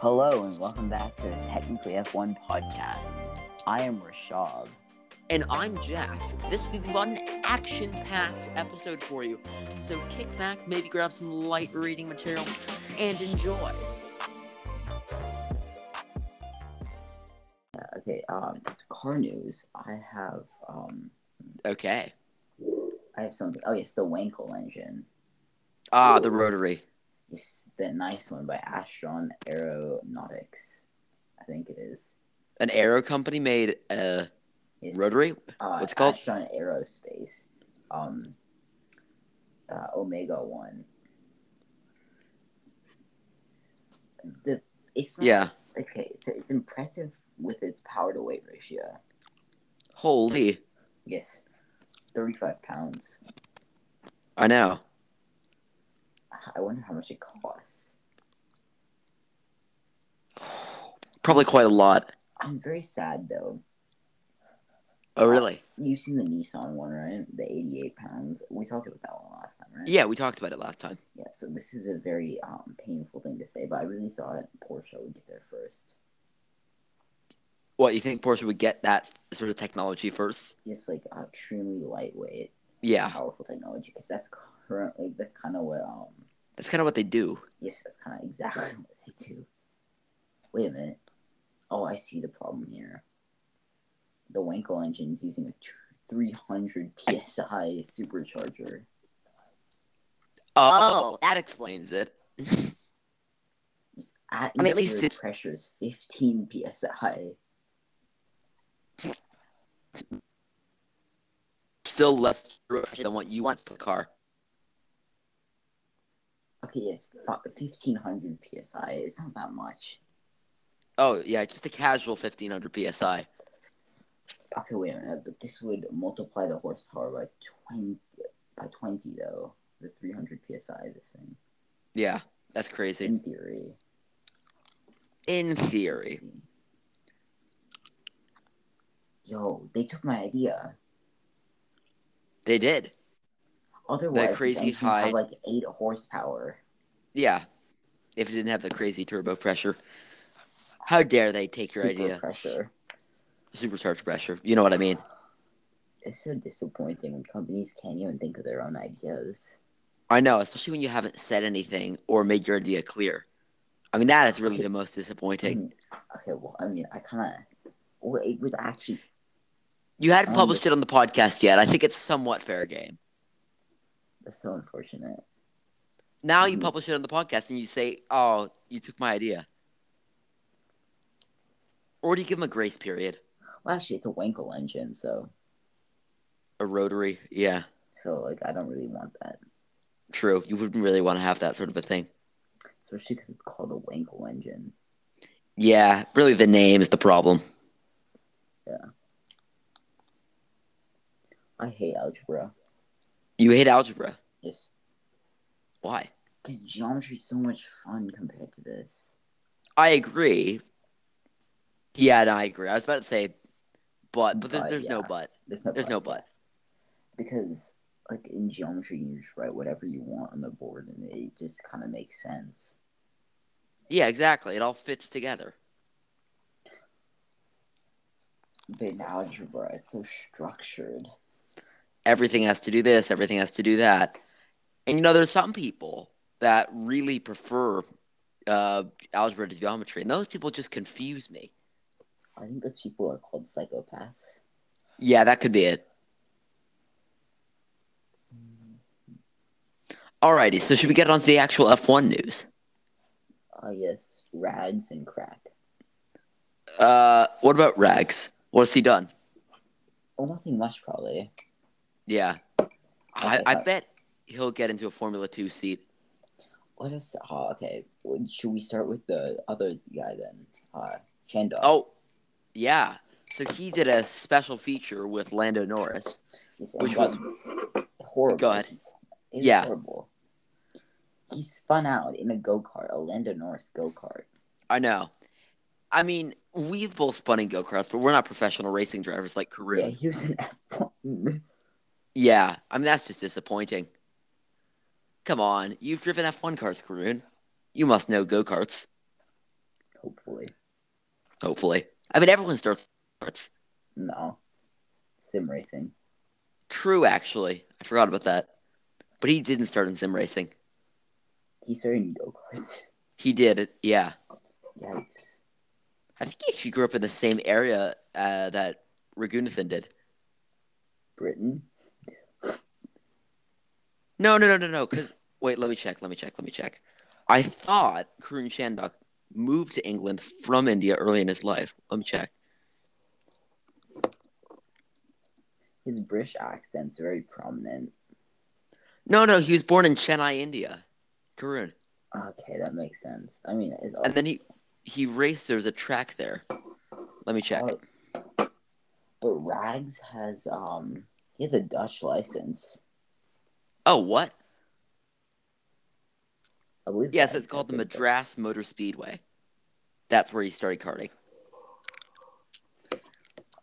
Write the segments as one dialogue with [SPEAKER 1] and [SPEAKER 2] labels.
[SPEAKER 1] Hello and welcome back to the Technically F1 podcast. I am Rashab.
[SPEAKER 2] And I'm Jack. This week we've got an action packed episode for you. So kick back, maybe grab some light reading material, and enjoy.
[SPEAKER 1] Okay, um, car news. I have um,
[SPEAKER 2] Okay.
[SPEAKER 1] I have something. Oh yes, the Wankel engine.
[SPEAKER 2] Ah, the rotary.
[SPEAKER 1] It's the nice one by Astron Aeronautics. I think it is.
[SPEAKER 2] An aero company made a
[SPEAKER 1] It's,
[SPEAKER 2] rotary.
[SPEAKER 1] uh,
[SPEAKER 2] what's it called?
[SPEAKER 1] Astron Aerospace. Um, uh, Omega One. The it's not,
[SPEAKER 2] Yeah.
[SPEAKER 1] okay. It's, it's impressive with its power to weight ratio.
[SPEAKER 2] Holy.
[SPEAKER 1] Yes. 35 pounds.
[SPEAKER 2] I know.
[SPEAKER 1] I wonder how much it costs.
[SPEAKER 2] Probably quite a lot.
[SPEAKER 1] I'm very sad though.
[SPEAKER 2] Oh, really?
[SPEAKER 1] You've seen the Nissan one, right? The 88 pounds. We talked about that one last time, right?
[SPEAKER 2] Yeah, we talked about it last time.
[SPEAKER 1] Yeah, so this is a very um, painful thing to say, but I really thought Porsche would get there first.
[SPEAKER 2] What, you think Porsche would get that sort of technology first?
[SPEAKER 1] Just like uh, extremely lightweight,
[SPEAKER 2] Yeah.
[SPEAKER 1] powerful technology, because that's currently, that's kind of what, um,
[SPEAKER 2] That's kind of what they do.
[SPEAKER 1] yes, that's kind of exactly what they do. Wait a minute. Oh, I see the problem here. The Wankel engine's using a t- 300 psi supercharger.
[SPEAKER 2] Oh, that explains it.
[SPEAKER 1] Its atmosphere I mean, at
[SPEAKER 2] least
[SPEAKER 1] least
[SPEAKER 2] it's-
[SPEAKER 1] pressure is 15 psi.
[SPEAKER 2] Still less than what you want for the car.
[SPEAKER 1] Okay, yes, fi- 1500 psi. It's not that much.
[SPEAKER 2] Oh yeah, just a casual fifteen hundred psi.
[SPEAKER 1] Okay, wait a minute, but this would multiply the horsepower by 20, by 20 though. The 300 psi, this thing.
[SPEAKER 2] Yeah, that's crazy.
[SPEAKER 1] In theory.
[SPEAKER 2] In theory,
[SPEAKER 1] See. Yo, they took my idea.
[SPEAKER 2] they did.
[SPEAKER 1] Otherwise, this
[SPEAKER 2] crazy
[SPEAKER 1] engine had,
[SPEAKER 2] high-
[SPEAKER 1] like 8 horsepower.
[SPEAKER 2] Yeah, if it didn't have the crazy turbo pressure, how dare they take your
[SPEAKER 1] super
[SPEAKER 2] idea?
[SPEAKER 1] pressure.
[SPEAKER 2] Supercharged pressure. You know what I mean?
[SPEAKER 1] It's so disappointing when companies can't even think of their own ideas.
[SPEAKER 2] I know, especially when you haven't said anything or made your idea clear. I mean, that is really the most disappointing.
[SPEAKER 1] Mm, Okay, well, I mean, I kind of. Well, it was actually.
[SPEAKER 2] You hadn't
[SPEAKER 1] Um,
[SPEAKER 2] published it on the podcast yet. I think it's somewhat fair game.
[SPEAKER 1] That's so unfortunate.
[SPEAKER 2] Now you
[SPEAKER 1] Mhm.
[SPEAKER 2] publish it on the podcast and you say, "Oh, you took my idea," or do you give them a grace period?
[SPEAKER 1] Well, actually, it's a Wankel engine, so
[SPEAKER 2] A rotary, yeah.
[SPEAKER 1] so like I don't really want that,
[SPEAKER 2] True. You wouldn't really want to have that sort of a thing.
[SPEAKER 1] especially because it's called a Wankel engine.
[SPEAKER 2] Yeah, really the name is the problem.
[SPEAKER 1] I hate algebra.
[SPEAKER 2] You hate algebra.
[SPEAKER 1] Yes,
[SPEAKER 2] Why?
[SPEAKER 1] because geometry's so much fun compared to this.
[SPEAKER 2] I agree. Yeah, no, I agree. I was about to say but, but there's,
[SPEAKER 1] But,
[SPEAKER 2] there's no
[SPEAKER 1] yeah.
[SPEAKER 2] but.
[SPEAKER 1] There's no.
[SPEAKER 2] There's no
[SPEAKER 1] buts.
[SPEAKER 2] but.
[SPEAKER 1] Because like in geometry, you just write whatever you want on the board, and it just kind of makes sense.
[SPEAKER 2] Yeah, exactly. It all fits together.
[SPEAKER 1] But in algebra, it's so structured.
[SPEAKER 2] Everything has to do this, everything has to do that. And you know, there's some people that really prefer uh, algebra to geometry, and those people just confuse me.
[SPEAKER 1] I think those people are called psychopaths.
[SPEAKER 2] Yeah, that could be it. Alrighty, so should we get on to the actual F1 news?
[SPEAKER 1] Oh yes, rags and crack.
[SPEAKER 2] Uh, what about Rags? What's he done?
[SPEAKER 1] Well, nothing much probably.
[SPEAKER 2] Yeah, I,
[SPEAKER 1] Okay,
[SPEAKER 2] I
[SPEAKER 1] uh,
[SPEAKER 2] bet he'll get into a Formula Two seat.
[SPEAKER 1] What is? Oh, okay. Well, Should we start with the other guy then? Uh, Chandog.
[SPEAKER 2] Oh, yeah. So he did a special feature with Lando Norris.
[SPEAKER 1] Yes,
[SPEAKER 2] which
[SPEAKER 1] and that- horrible.
[SPEAKER 2] Go ahead.
[SPEAKER 1] It was
[SPEAKER 2] Yeah.
[SPEAKER 1] horrible. He spun out in a go kart, a Lando Norris go kart.
[SPEAKER 2] I know. I mean, we've both spun in go karts, but we're not professional racing drivers like Carew.
[SPEAKER 1] Yeah,
[SPEAKER 2] Yeah.
[SPEAKER 1] he was an F1.
[SPEAKER 2] I mean that's just disappointing. Come on, you've driven F1 cars, Karun. You must know go karts.
[SPEAKER 1] Hopefully,
[SPEAKER 2] Hopefully, I mean everyone starts. starts.
[SPEAKER 1] no. Sim racing.
[SPEAKER 2] True, actually, I forgot about that. But he didn't start in sim racing.
[SPEAKER 1] He started in go karts.
[SPEAKER 2] He did, it- yeah.
[SPEAKER 1] Yikes.
[SPEAKER 2] I think he actually grew up in the same area uh, that Ragunathan did.
[SPEAKER 1] Britain.
[SPEAKER 2] No, no, no, no, no. Because wait, let me check. Let me check. Let me check. I thought Karun Chandok moved to England from India early in his life. Let me check.
[SPEAKER 1] His British accent's very prominent.
[SPEAKER 2] No, no, he was born in Chennai, India. Karun,
[SPEAKER 1] Okay, that makes sense. I mean, it's all,
[SPEAKER 2] and then he he raced. There's a track there. Let me check.
[SPEAKER 1] all- but Rags has um he has a Dutch license.
[SPEAKER 2] Oh, what?
[SPEAKER 1] I believe.
[SPEAKER 2] Yeah, so
[SPEAKER 1] Rags
[SPEAKER 2] it's called the
[SPEAKER 1] has a Dutch-
[SPEAKER 2] Madras Motor Speedway. That's where he started karting.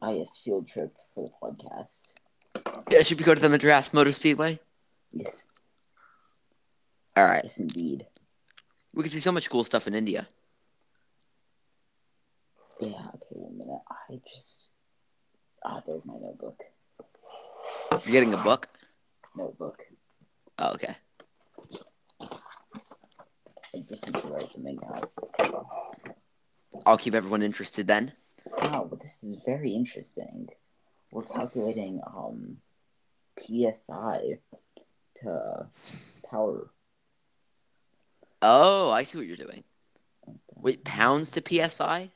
[SPEAKER 1] Ah, yes, field trip for the podcast.
[SPEAKER 2] Yeah, should we go to the Madras Motor Speedway?
[SPEAKER 1] Yes,
[SPEAKER 2] All right.
[SPEAKER 1] yes, indeed.
[SPEAKER 2] We can see so much cool stuff in India.
[SPEAKER 1] Yeah. Okay. One minute. I just ah, there's my notebook.
[SPEAKER 2] You're getting a book?
[SPEAKER 1] Notebook.
[SPEAKER 2] Oh, okay.
[SPEAKER 1] I just need to write something out.
[SPEAKER 2] I'll keep everyone interested then.
[SPEAKER 1] Wow, but this is very interesting. We're calculating um psi to power.
[SPEAKER 2] Oh, I see what you're doing. Wait, pounds to PSI?
[SPEAKER 1] uh,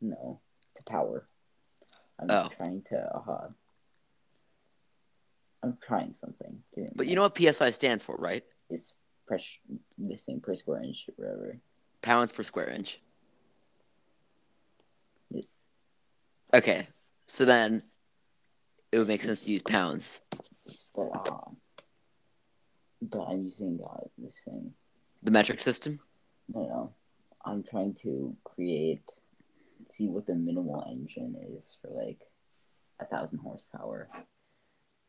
[SPEAKER 1] No, to power. I'm
[SPEAKER 2] Oh.
[SPEAKER 1] trying to. Uh, I'm trying something. Give me a
[SPEAKER 2] But
[SPEAKER 1] minute.
[SPEAKER 2] you know what PSI stands for, right?
[SPEAKER 1] it's pressure, this thing per square inch, or whatever.
[SPEAKER 2] Pounds per square inch.
[SPEAKER 1] It's,
[SPEAKER 2] Okay. So then it would make sense to use pounds.
[SPEAKER 1] it's but uh, but I'm using uh, this thing.
[SPEAKER 2] The metric system?
[SPEAKER 1] No, no, I'm trying to create, see what the minimal engine is for like a thousand horsepower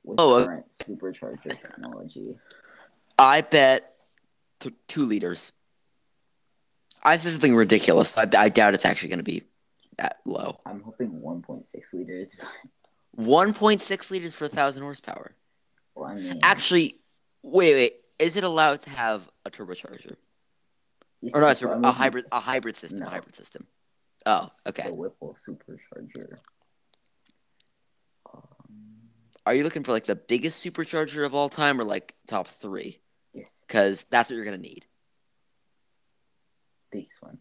[SPEAKER 1] with
[SPEAKER 2] Oh, uh,
[SPEAKER 1] current supercharger technology.
[SPEAKER 2] I bet th- two liters. I said something ridiculous. I, I doubt it's actually going to be that low.
[SPEAKER 1] I'm hoping 1.6 liters. But,
[SPEAKER 2] 1.6 liters for 1,000 horsepower.
[SPEAKER 1] well, I mean,
[SPEAKER 2] Actually, wait, wait. Is it allowed to have a turbocharger?
[SPEAKER 1] This
[SPEAKER 2] Or no,
[SPEAKER 1] is
[SPEAKER 2] it's a,
[SPEAKER 1] what I'm
[SPEAKER 2] a
[SPEAKER 1] looking
[SPEAKER 2] hybrid, a hybrid system,
[SPEAKER 1] No.
[SPEAKER 2] hybrid system. Oh, okay.
[SPEAKER 1] The Whipple supercharger. Um,
[SPEAKER 2] Are you looking for like the biggest supercharger of all time or like top three?
[SPEAKER 1] yes,
[SPEAKER 2] Because that's what you're gonna need.
[SPEAKER 1] biggest one.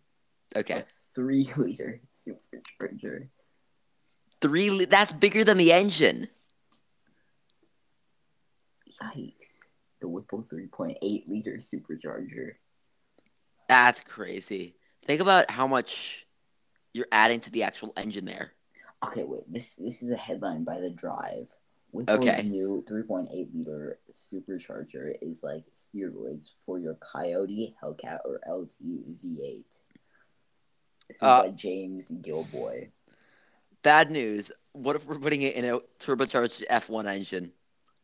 [SPEAKER 2] Okay,
[SPEAKER 1] A three liter supercharger.
[SPEAKER 2] three. Li- that's bigger than the engine.
[SPEAKER 1] Yikes. The Whipple 3.8 liter supercharger.
[SPEAKER 2] That's crazy. Think about how much you're adding to the actual engine there.
[SPEAKER 1] Okay, wait. This this is a headline by The Drive. Whipple's
[SPEAKER 2] Okay.
[SPEAKER 1] new 3.8 liter supercharger is like steroids for your Coyote, Hellcat, or LT V8. This is
[SPEAKER 2] Uh,
[SPEAKER 1] by James Gilboy.
[SPEAKER 2] Bad news. What if we're putting it in a turbocharged F1 engine?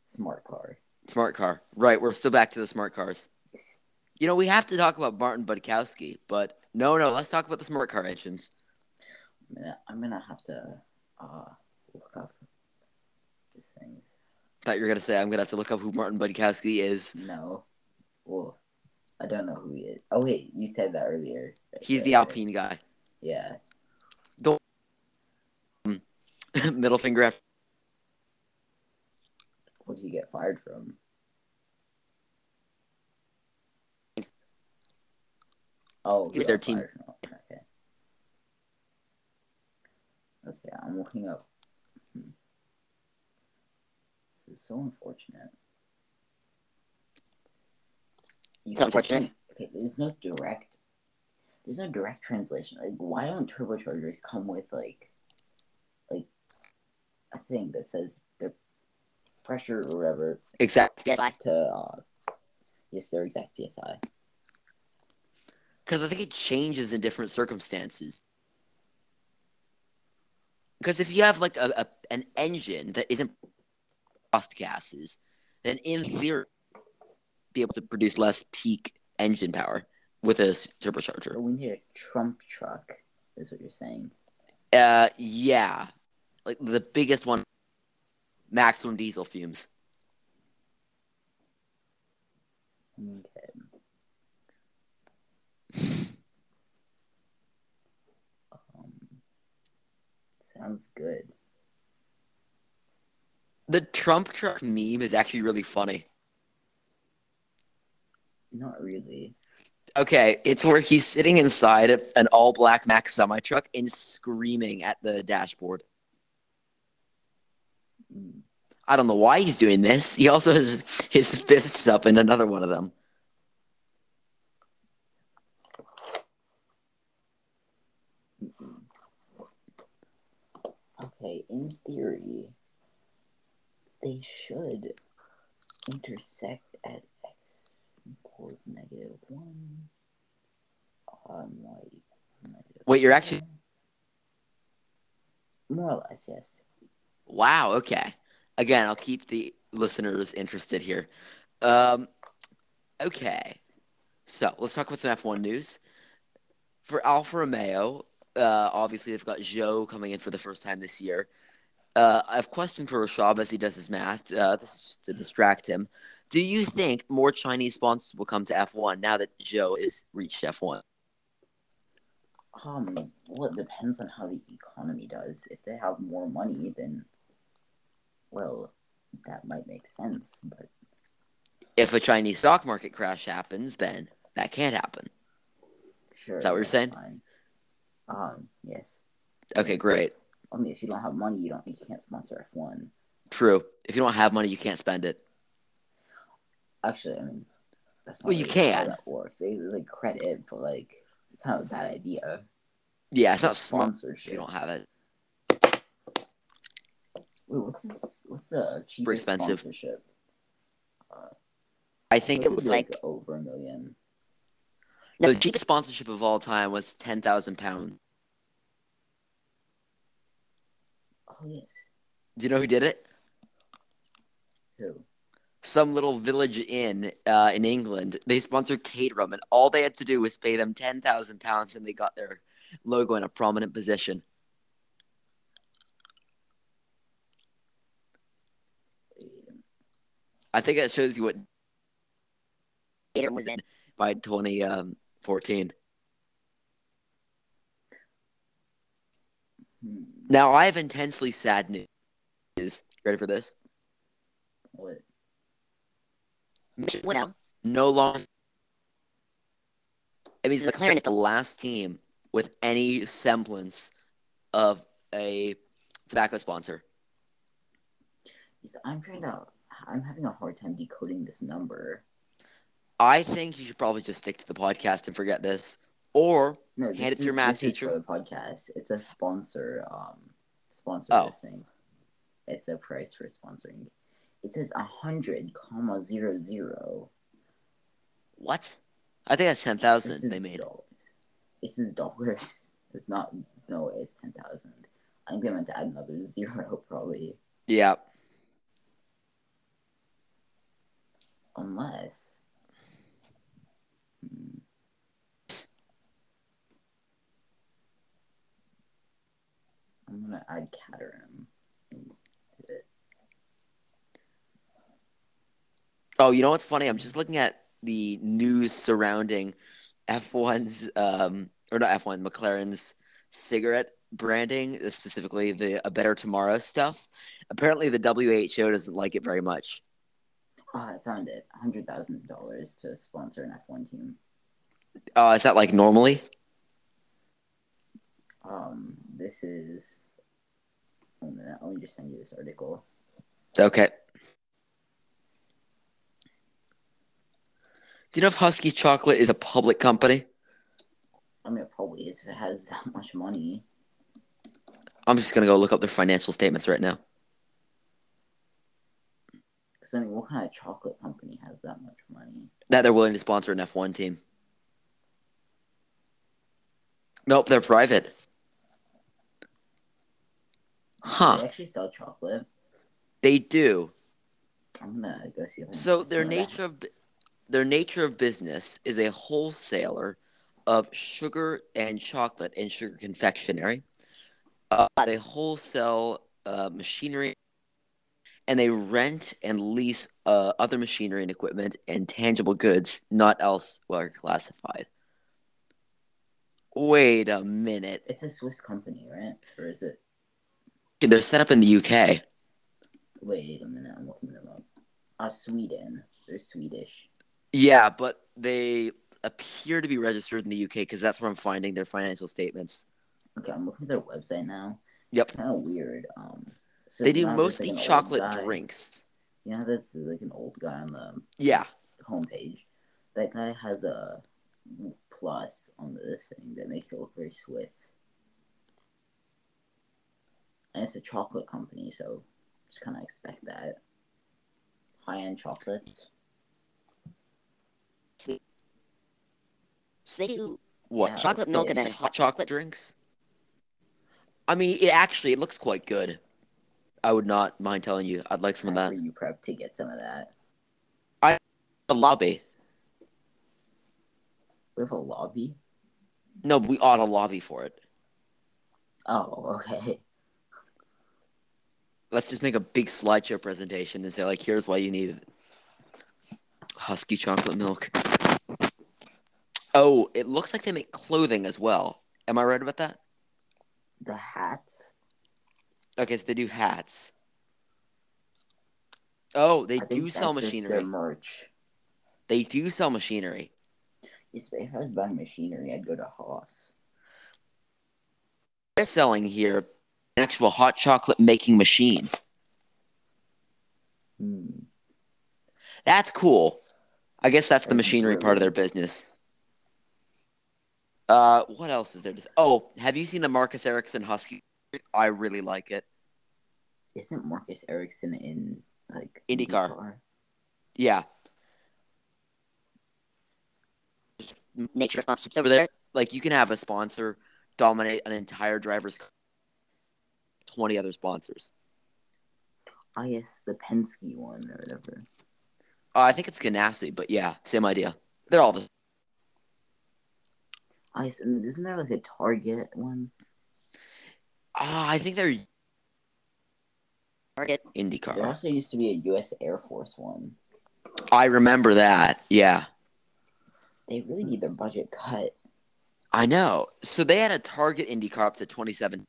[SPEAKER 1] Smart car.
[SPEAKER 2] Smart car. Right. We're still back to the smart cars.
[SPEAKER 1] Yes.
[SPEAKER 2] You know, we have to talk about Martin Budkowski, but no, no. Let's talk about the smart car engines.
[SPEAKER 1] I'm gonna, I'm gonna have to uh, look up these things.
[SPEAKER 2] Thought you were gonna say I'm gonna have to look up who Martin Budkowski is.
[SPEAKER 1] No. Well, I don't know who he is. Oh, wait. You said that earlier. Right
[SPEAKER 2] He's the
[SPEAKER 1] there.
[SPEAKER 2] Alpine guy.
[SPEAKER 1] Yeah.
[SPEAKER 2] Middle finger after.
[SPEAKER 1] What did you get fired from? Oh,
[SPEAKER 2] He was
[SPEAKER 1] you
[SPEAKER 2] their
[SPEAKER 1] got
[SPEAKER 2] team.
[SPEAKER 1] fired from- Okay. Okay, I'm looking up. Hmm. This is so unfortunate. You
[SPEAKER 2] It's
[SPEAKER 1] could-
[SPEAKER 2] unfortunate.
[SPEAKER 1] Okay, there's no direct. There's no direct translation. Like, why don't turbochargers come with like, like, a thing that says their pressure or whatever
[SPEAKER 2] Exactly.
[SPEAKER 1] to uh, yes, their exact PSI.
[SPEAKER 2] Because I think it changes in different circumstances. Because if you have like a, a an engine that isn't exhaust gases, then in theory, be able to produce less peak engine power with a s- turbocharger.
[SPEAKER 1] So we need a Trump truck Is what you're saying?
[SPEAKER 2] Uh, yeah, like the biggest one, maximum diesel fumes.
[SPEAKER 1] Okay. um, sounds good.
[SPEAKER 2] The Trump truck meme is actually really funny.
[SPEAKER 1] Not really.
[SPEAKER 2] Okay, it's where he's sitting inside of an all black Mack semi truck and screaming at the dashboard.
[SPEAKER 1] Mm.
[SPEAKER 2] I don't know why he's doing this. He also has his fists up in another one of them.
[SPEAKER 1] Mm-mm. Okay, in theory, they should intersect at x equals negative one. Um, like negative
[SPEAKER 2] Wait, you're actually.
[SPEAKER 1] one. more or less yes.
[SPEAKER 2] Wow, okay. Again, I'll keep the listeners interested here. Um, okay. So let's talk about some F1 news. For Alfa Romeo, uh, obviously they've got Joe coming in for the first time this year. Uh, I have a question for Rashab as he does his math. Uh, this is just to distract him. Do you think more Chinese sponsors will come to F1 now that Joe has reached F1?
[SPEAKER 1] Um, well, it depends on how the economy does. If they have more money, then, well, that might make sense. But
[SPEAKER 2] If a Chinese stock market crash happens, then that can't happen.
[SPEAKER 1] sure,
[SPEAKER 2] that what you're
[SPEAKER 1] that's
[SPEAKER 2] saying?
[SPEAKER 1] Fine. Um, yes.
[SPEAKER 2] Okay, great.
[SPEAKER 1] I mean, if you don't have money, you don't. You can't sponsor F one.
[SPEAKER 2] True. If you don't have money, you can't spend it.
[SPEAKER 1] Actually, I mean, that's not
[SPEAKER 2] Well, you
[SPEAKER 1] really how
[SPEAKER 2] can.
[SPEAKER 1] that works. They like credit, but like, kind of a bad idea.
[SPEAKER 2] Yeah, it's not smart
[SPEAKER 1] Sponsorships.
[SPEAKER 2] if you don't have it.
[SPEAKER 1] Wait, what's this? What's the cheapest
[SPEAKER 2] expensive.
[SPEAKER 1] sponsorship?
[SPEAKER 2] I think it was like
[SPEAKER 1] over a million.
[SPEAKER 2] no, the cheapest sponsorship of all time was ten thousand pounds.
[SPEAKER 1] Oh yes.
[SPEAKER 2] Do you know who did it?
[SPEAKER 1] Who?
[SPEAKER 2] Some little village inn uh, in England. They sponsored Caterham, and all they had to do was pay them ten thousand pounds, and they got their logo in a prominent position. I think that shows you what Caterham was in by twenty um, fourteen.
[SPEAKER 1] Hmm.
[SPEAKER 2] Now I have intensely sad news. Ready for this?
[SPEAKER 1] What?
[SPEAKER 2] Mitch Winnell no longer. It means McLaren is the last team with any semblance of a tobacco sponsor.
[SPEAKER 1] Is I'm trying to. I'm having a hard time decoding this number.
[SPEAKER 2] I think you should probably just stick to the podcast and forget this, or
[SPEAKER 1] No,
[SPEAKER 2] Hand
[SPEAKER 1] this
[SPEAKER 2] it to
[SPEAKER 1] is,
[SPEAKER 2] your math
[SPEAKER 1] this is
[SPEAKER 2] teacher.
[SPEAKER 1] for the podcast. It's a sponsor. Um, sponsor
[SPEAKER 2] Oh.
[SPEAKER 1] this thing. It's a price for sponsoring. It says a hundred comma zero zero.
[SPEAKER 2] what? I think that's ten
[SPEAKER 1] This
[SPEAKER 2] thousand
[SPEAKER 1] is
[SPEAKER 2] they made.
[SPEAKER 1] dollars. This is dollars. It's not. It's no way. It's ten thousand. I'm going to add another zero probably,
[SPEAKER 2] Yeah,
[SPEAKER 1] unless. Hmm. I'm gonna add Caterham.
[SPEAKER 2] Oh, you know what's funny? I'm just looking at the news surrounding F1's um or not F1, McLaren's cigarette branding, uh, specifically the A Better Tomorrow stuff. Apparently the WHO doesn't like it very much.
[SPEAKER 1] Ah, I found it. Hundred thousand dollars to sponsor an F one team.
[SPEAKER 2] Uh, is that like normally?
[SPEAKER 1] Um, this is. One minute. Let me just send you this article.
[SPEAKER 2] Okay. Do you know if Husky Chocolate is a public company?
[SPEAKER 1] I mean, it probably is if it has that much money.
[SPEAKER 2] I'm just gonna go look up their financial statements right now.
[SPEAKER 1] Because I mean, what kind of chocolate company has that much money?
[SPEAKER 2] That they're willing to sponsor an F1 team. Nope, they're private.
[SPEAKER 1] Do They
[SPEAKER 2] Huh.
[SPEAKER 1] actually sell chocolate.
[SPEAKER 2] They do.
[SPEAKER 1] I'm gonna go see if I can
[SPEAKER 2] So
[SPEAKER 1] find
[SPEAKER 2] their
[SPEAKER 1] some of that.
[SPEAKER 2] nature of bu- their nature of business is a wholesaler of sugar and chocolate and sugar confectionery. Uh, they wholesale uh, machinery and they rent and lease uh, other machinery and equipment and tangible goods not elsewhere classified. Wait a minute.
[SPEAKER 1] It's a Swiss company, right? Or is it?
[SPEAKER 2] They're set up in the UK.
[SPEAKER 1] Wait a minute, I'm looking them up. Uh, Sweden. They're Swedish.
[SPEAKER 2] Yeah, but they appear to be registered in the UK because that's where I'm finding their financial statements.
[SPEAKER 1] Okay, I'm looking at their website now.
[SPEAKER 2] Yep.
[SPEAKER 1] Kind of weird. Um, so
[SPEAKER 2] They do
[SPEAKER 1] now there's, like,
[SPEAKER 2] mostly
[SPEAKER 1] an old
[SPEAKER 2] chocolate
[SPEAKER 1] guy-
[SPEAKER 2] drinks.
[SPEAKER 1] Yeah, that's like an old guy on the
[SPEAKER 2] Yeah.
[SPEAKER 1] homepage. That guy has a plus on this thing that makes it look very Swiss. And it's a chocolate company, so just kind of expect that. High end chocolates.
[SPEAKER 3] So they do
[SPEAKER 2] What?
[SPEAKER 1] Yeah,
[SPEAKER 3] chocolate milk and then
[SPEAKER 2] hot
[SPEAKER 3] hot
[SPEAKER 2] chocolate drinks? I mean, it actually it looks quite good. I would not mind telling you. I'd like some of
[SPEAKER 1] How
[SPEAKER 2] that.
[SPEAKER 1] are you prep to get some of that?
[SPEAKER 2] The lobby.
[SPEAKER 1] We have a lobby.
[SPEAKER 2] No, we ought to lobby for it.
[SPEAKER 1] Oh, okay.
[SPEAKER 2] Let's just make a big slideshow presentation and say, like, here's why you need husky chocolate milk. Oh, it looks like they make clothing as well. Am I right about that?
[SPEAKER 1] The hats.
[SPEAKER 2] Okay, so they do hats. Oh, they
[SPEAKER 1] I think
[SPEAKER 2] do sell
[SPEAKER 1] that's just
[SPEAKER 2] machinery.
[SPEAKER 1] Their merch.
[SPEAKER 2] They do sell machinery.
[SPEAKER 1] Yes, but if I was buying machinery, I'd go to Haas.
[SPEAKER 2] They're selling here an actual hot chocolate making machine.
[SPEAKER 1] Hmm.
[SPEAKER 2] That's cool. I guess that's the
[SPEAKER 1] That's
[SPEAKER 2] machinery
[SPEAKER 1] really
[SPEAKER 2] part of their business. Uh, what else is there? To... Oh, have you seen the Marcus Erickson Husky? I really like it.
[SPEAKER 1] Isn't Marcus Erickson in like
[SPEAKER 2] IndyCar. Yeah,
[SPEAKER 3] nature sponsorships
[SPEAKER 2] over
[SPEAKER 3] over
[SPEAKER 2] there,
[SPEAKER 3] there.
[SPEAKER 2] like you can have a sponsor dominate an entire driver's car- twenty other sponsors.
[SPEAKER 1] Ah, yes, the Penske one or whatever.
[SPEAKER 2] Uh, I think it's Ganassi, but yeah, same idea. They're all the
[SPEAKER 1] I s- and isn't there like a Target one?
[SPEAKER 2] ah. I think they're
[SPEAKER 3] Target.
[SPEAKER 2] IndyCar.
[SPEAKER 1] There also used to be a U.S. Air Force one.
[SPEAKER 2] I remember that. Yeah.
[SPEAKER 1] They really need their budget cut.
[SPEAKER 2] I know. So they had a target IndyCar up to 27.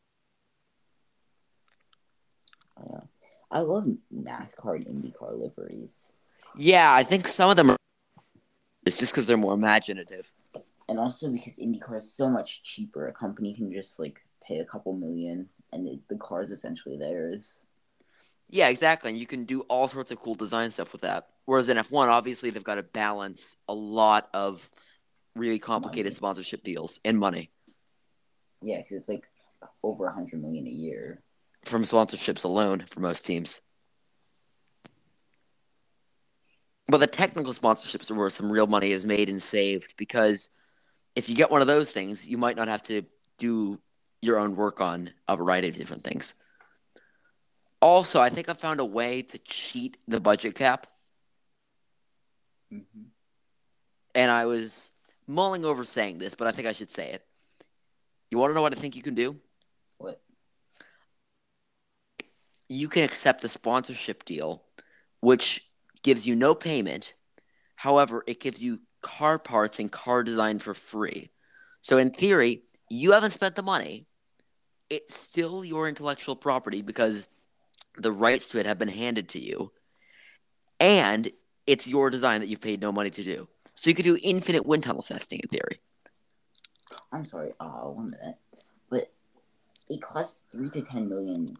[SPEAKER 1] I know. I love NASCAR and IndyCar liveries,
[SPEAKER 2] Yeah, I think some of them are. It's just because they're more imaginative.
[SPEAKER 1] and also because IndyCar is so much cheaper, a company can just like pay a couple million, and it, the car's essentially theirs.
[SPEAKER 2] Yeah, exactly. And you can do all sorts of cool design stuff with that. Whereas in F1, obviously, they've got to balance a lot of really complicated
[SPEAKER 1] Money.
[SPEAKER 2] sponsorship deals and money
[SPEAKER 1] Yeah, because it's like over a hundred million a year.
[SPEAKER 2] from sponsorships alone for most teams. But the technical sponsorships are where some real money is made and saved because if you get one of those things, you might not have to do your own work on a variety of different things. Also, I think I found a way to cheat the budget cap,
[SPEAKER 1] Mm-hmm.
[SPEAKER 2] and I was mulling over saying this, but I think I should say it. You want to know what I think you can do?
[SPEAKER 1] What?
[SPEAKER 2] you can accept a sponsorship deal, which gives you no payment. However, it gives you car parts and car design for free. So, in theory, you haven't spent the money. It's still your intellectual property because the rights to it have been handed to you. And it's your design that you've paid no money to do. So, you could do infinite wind tunnel testing in theory.
[SPEAKER 1] I'm sorry, uh, one minute. But it costs three to ten million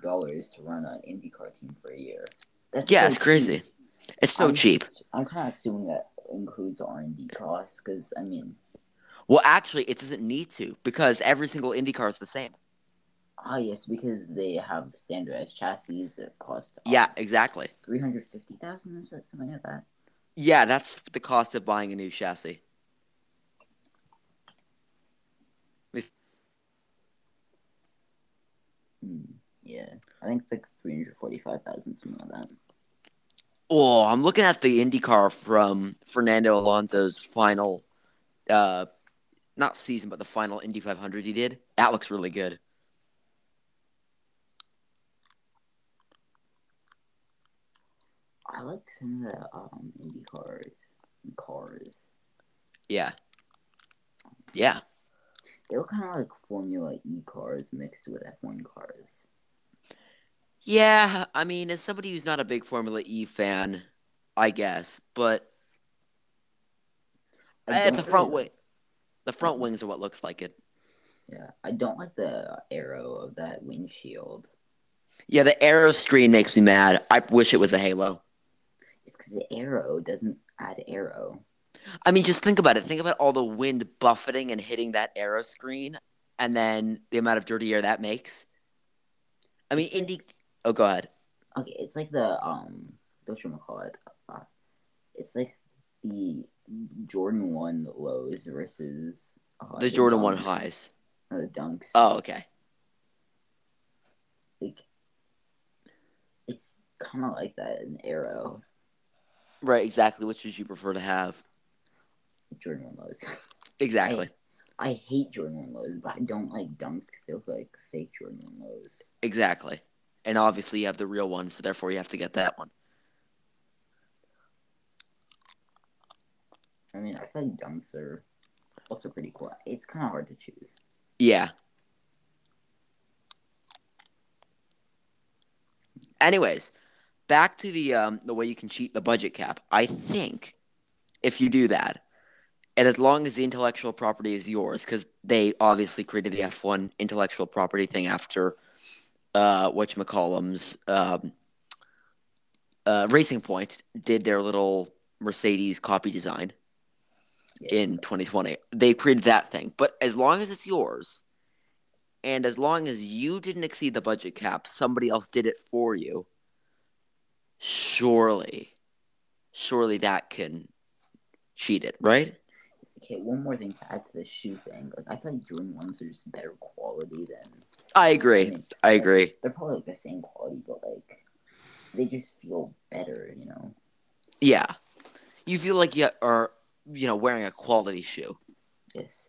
[SPEAKER 1] dollars to run an IndyCar team for a year. That's
[SPEAKER 2] Yeah,
[SPEAKER 1] so
[SPEAKER 2] it's
[SPEAKER 1] cheap.
[SPEAKER 2] crazy. It's so
[SPEAKER 1] I'm
[SPEAKER 2] cheap.
[SPEAKER 1] s- I'm kind of assuming that includes R and D costs, because I mean,
[SPEAKER 2] Well, actually, it doesn't need to because every single IndyCar is the same.
[SPEAKER 1] ah, yes, because they have standardized chassis that cost uh,
[SPEAKER 2] Yeah, exactly.
[SPEAKER 1] three hundred fifty thousand or so- something like that.
[SPEAKER 2] Yeah, that's the cost of buying a new chassis.
[SPEAKER 1] Hmm. Yeah, I think it's like three hundred forty-five thousand, something like that.
[SPEAKER 2] Oh, I'm looking at the IndyCar from Fernando Alonso's final uh, not season, but the final Indy 500 he did. That looks really good.
[SPEAKER 1] I like some of the um, Indy cars. Cars.
[SPEAKER 2] Yeah. Yeah.
[SPEAKER 1] They look kind of like Formula E cars mixed with F1 cars.
[SPEAKER 2] Yeah. I mean, as somebody who's not a big Formula E fan, I guess, but
[SPEAKER 1] I
[SPEAKER 2] at the
[SPEAKER 1] don't
[SPEAKER 2] front
[SPEAKER 1] really
[SPEAKER 2] wing, the front wings are what looks like it.
[SPEAKER 1] like- Yeah, I don't like the arrow of that windshield.
[SPEAKER 2] Yeah, the arrow screen makes me mad. I wish it was a halo.
[SPEAKER 1] It's because the arrow doesn't add arrow.
[SPEAKER 2] I mean, just think about it. Think about all the wind buffeting and hitting that arrow screen, and then the amount of dirty air that makes. I mean,
[SPEAKER 1] It's like-
[SPEAKER 2] Indy. Oh, go ahead.
[SPEAKER 1] Okay, it's like the um, what you call it? Uh, it's like the Jordan One lows versus uh,
[SPEAKER 2] The Jordan One
[SPEAKER 1] dunks.
[SPEAKER 2] highs.
[SPEAKER 1] No, the dunks.
[SPEAKER 2] Oh, okay.
[SPEAKER 1] like it's kind of like that in arrow.
[SPEAKER 2] Right, exactly. Which would you prefer to have?
[SPEAKER 1] Jordan One lows.
[SPEAKER 2] Exactly.
[SPEAKER 1] I hate Jordan One lows, but I don't like dunks because they look like fake Jordan One lows.
[SPEAKER 2] Exactly. And obviously, you have the real one, so therefore, you have to get that one.
[SPEAKER 1] I mean, I feel like dunks are also pretty cool. It's kind of hard to choose.
[SPEAKER 2] Yeah. Anyways, back to the um, the way you can cheat the budget cap. I think if you do that, and as long as the intellectual property is yours, because they obviously created the F one intellectual property thing after uh, whatchamacallum's um, uh, Racing Point did their little Mercedes copy design
[SPEAKER 1] Yes.
[SPEAKER 2] in 2020. They created that thing. But as long as it's yours, and as long as you didn't exceed the budget cap, somebody else did it for you. Surely, surely that can cheat it, right?
[SPEAKER 1] It's okay, one more thing to add to the shoe thing. Like, I feel like Jordan ones are just better quality than.
[SPEAKER 2] I
[SPEAKER 1] I
[SPEAKER 2] agree.
[SPEAKER 1] mean,
[SPEAKER 2] I agree.
[SPEAKER 1] they're probably like the same quality, but like they just feel better, you know.
[SPEAKER 2] Yeah, you feel like you are, you know, wearing a quality shoe.
[SPEAKER 1] Yes.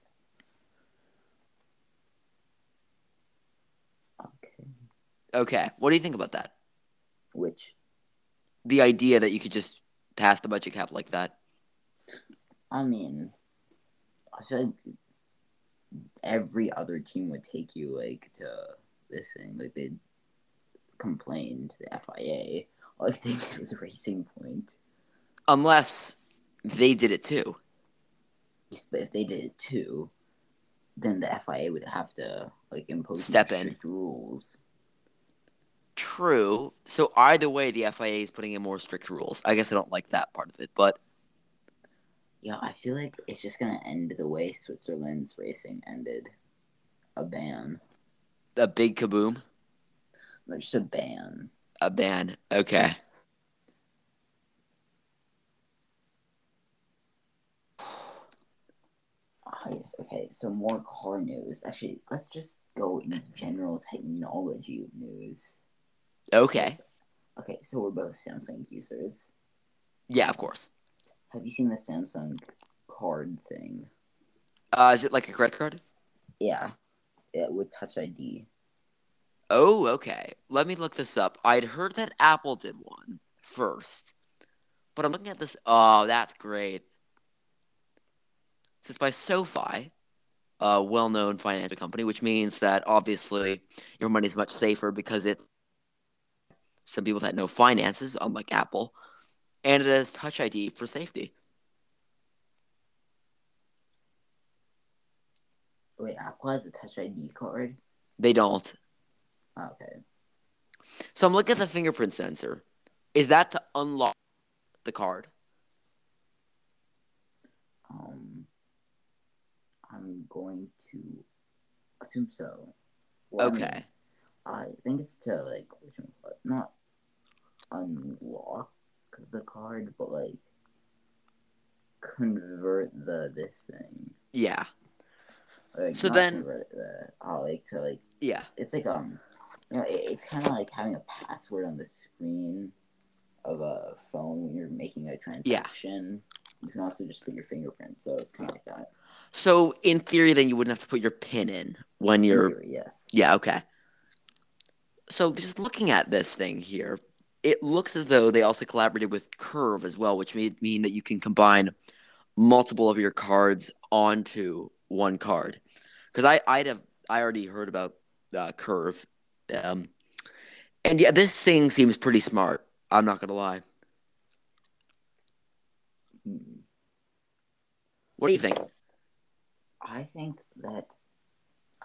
[SPEAKER 1] Okay.
[SPEAKER 2] Okay, what do you think about that?
[SPEAKER 1] Which
[SPEAKER 2] The idea that you could just pass the budget cap like that.
[SPEAKER 1] I mean, I feel like every other team would take you like to this thing. Like they complained to the FIA, like they did with Racing Point.
[SPEAKER 2] Unless they did it too.
[SPEAKER 1] Yes, but if they did it too, then the FIA would have to like impose more
[SPEAKER 2] Step in.
[SPEAKER 1] strict rules.
[SPEAKER 2] True. So either way, the FIA is putting in more strict rules. I guess I don't like that part of it, but
[SPEAKER 1] Yeah, I feel like it's just gonna end the way Switzerland's racing ended. A ban.
[SPEAKER 2] a big kaboom,
[SPEAKER 1] Like, Just a ban.
[SPEAKER 2] a ban. Okay.
[SPEAKER 1] Ah, yes. Okay, so more car news. Actually, let's just go into general technology news.
[SPEAKER 2] Okay.
[SPEAKER 1] Okay, so we're both Samsung users.
[SPEAKER 2] Yeah, of course.
[SPEAKER 1] Have you seen the Samsung card thing?
[SPEAKER 2] Uh, is it like a credit card?
[SPEAKER 1] Yeah, yeah with Touch ID.
[SPEAKER 2] Oh, okay. Let me look this up. I'd heard that Apple did one first, but I'm looking at this. Oh, that's great. So it's by SoFi, a well known financial company, which means that obviously your money is much safer because it's some people that know finances, unlike Apple, and it has Touch ID for safety.
[SPEAKER 1] Wait, Apple has a Touch ID card.
[SPEAKER 2] They don't.
[SPEAKER 1] Ah, Okay,
[SPEAKER 2] So I'm looking at the fingerprint sensor. Is that to unlock the card?
[SPEAKER 1] um, I'm going to assume so. Well, I mean,
[SPEAKER 2] Okay.
[SPEAKER 1] I think it's to like which one- Uh, not unlock the card, but like convert the this thing.
[SPEAKER 2] Yeah.
[SPEAKER 1] Like,
[SPEAKER 2] So
[SPEAKER 1] not
[SPEAKER 2] then-
[SPEAKER 1] convert it, the, oh, like to like
[SPEAKER 2] Yeah.
[SPEAKER 1] it's like um, you know, it, it's kind of like having a password on the screen of a phone when you're making a transaction. You can also just put your fingerprint, so it's kind of like that.
[SPEAKER 2] So in theory, then you wouldn't have to put your pin in when you're
[SPEAKER 1] Theory, yes.
[SPEAKER 2] Yeah, okay. So just looking at this thing here, it looks as though they also collaborated with Curve as well, which may mean that you can combine multiple of your cards onto one card. Because I I'd have I already heard about uh, Curve, um, and yeah, this thing seems pretty smart. I'm not gonna lie.
[SPEAKER 1] Hmm.
[SPEAKER 2] What do you think?
[SPEAKER 1] I think that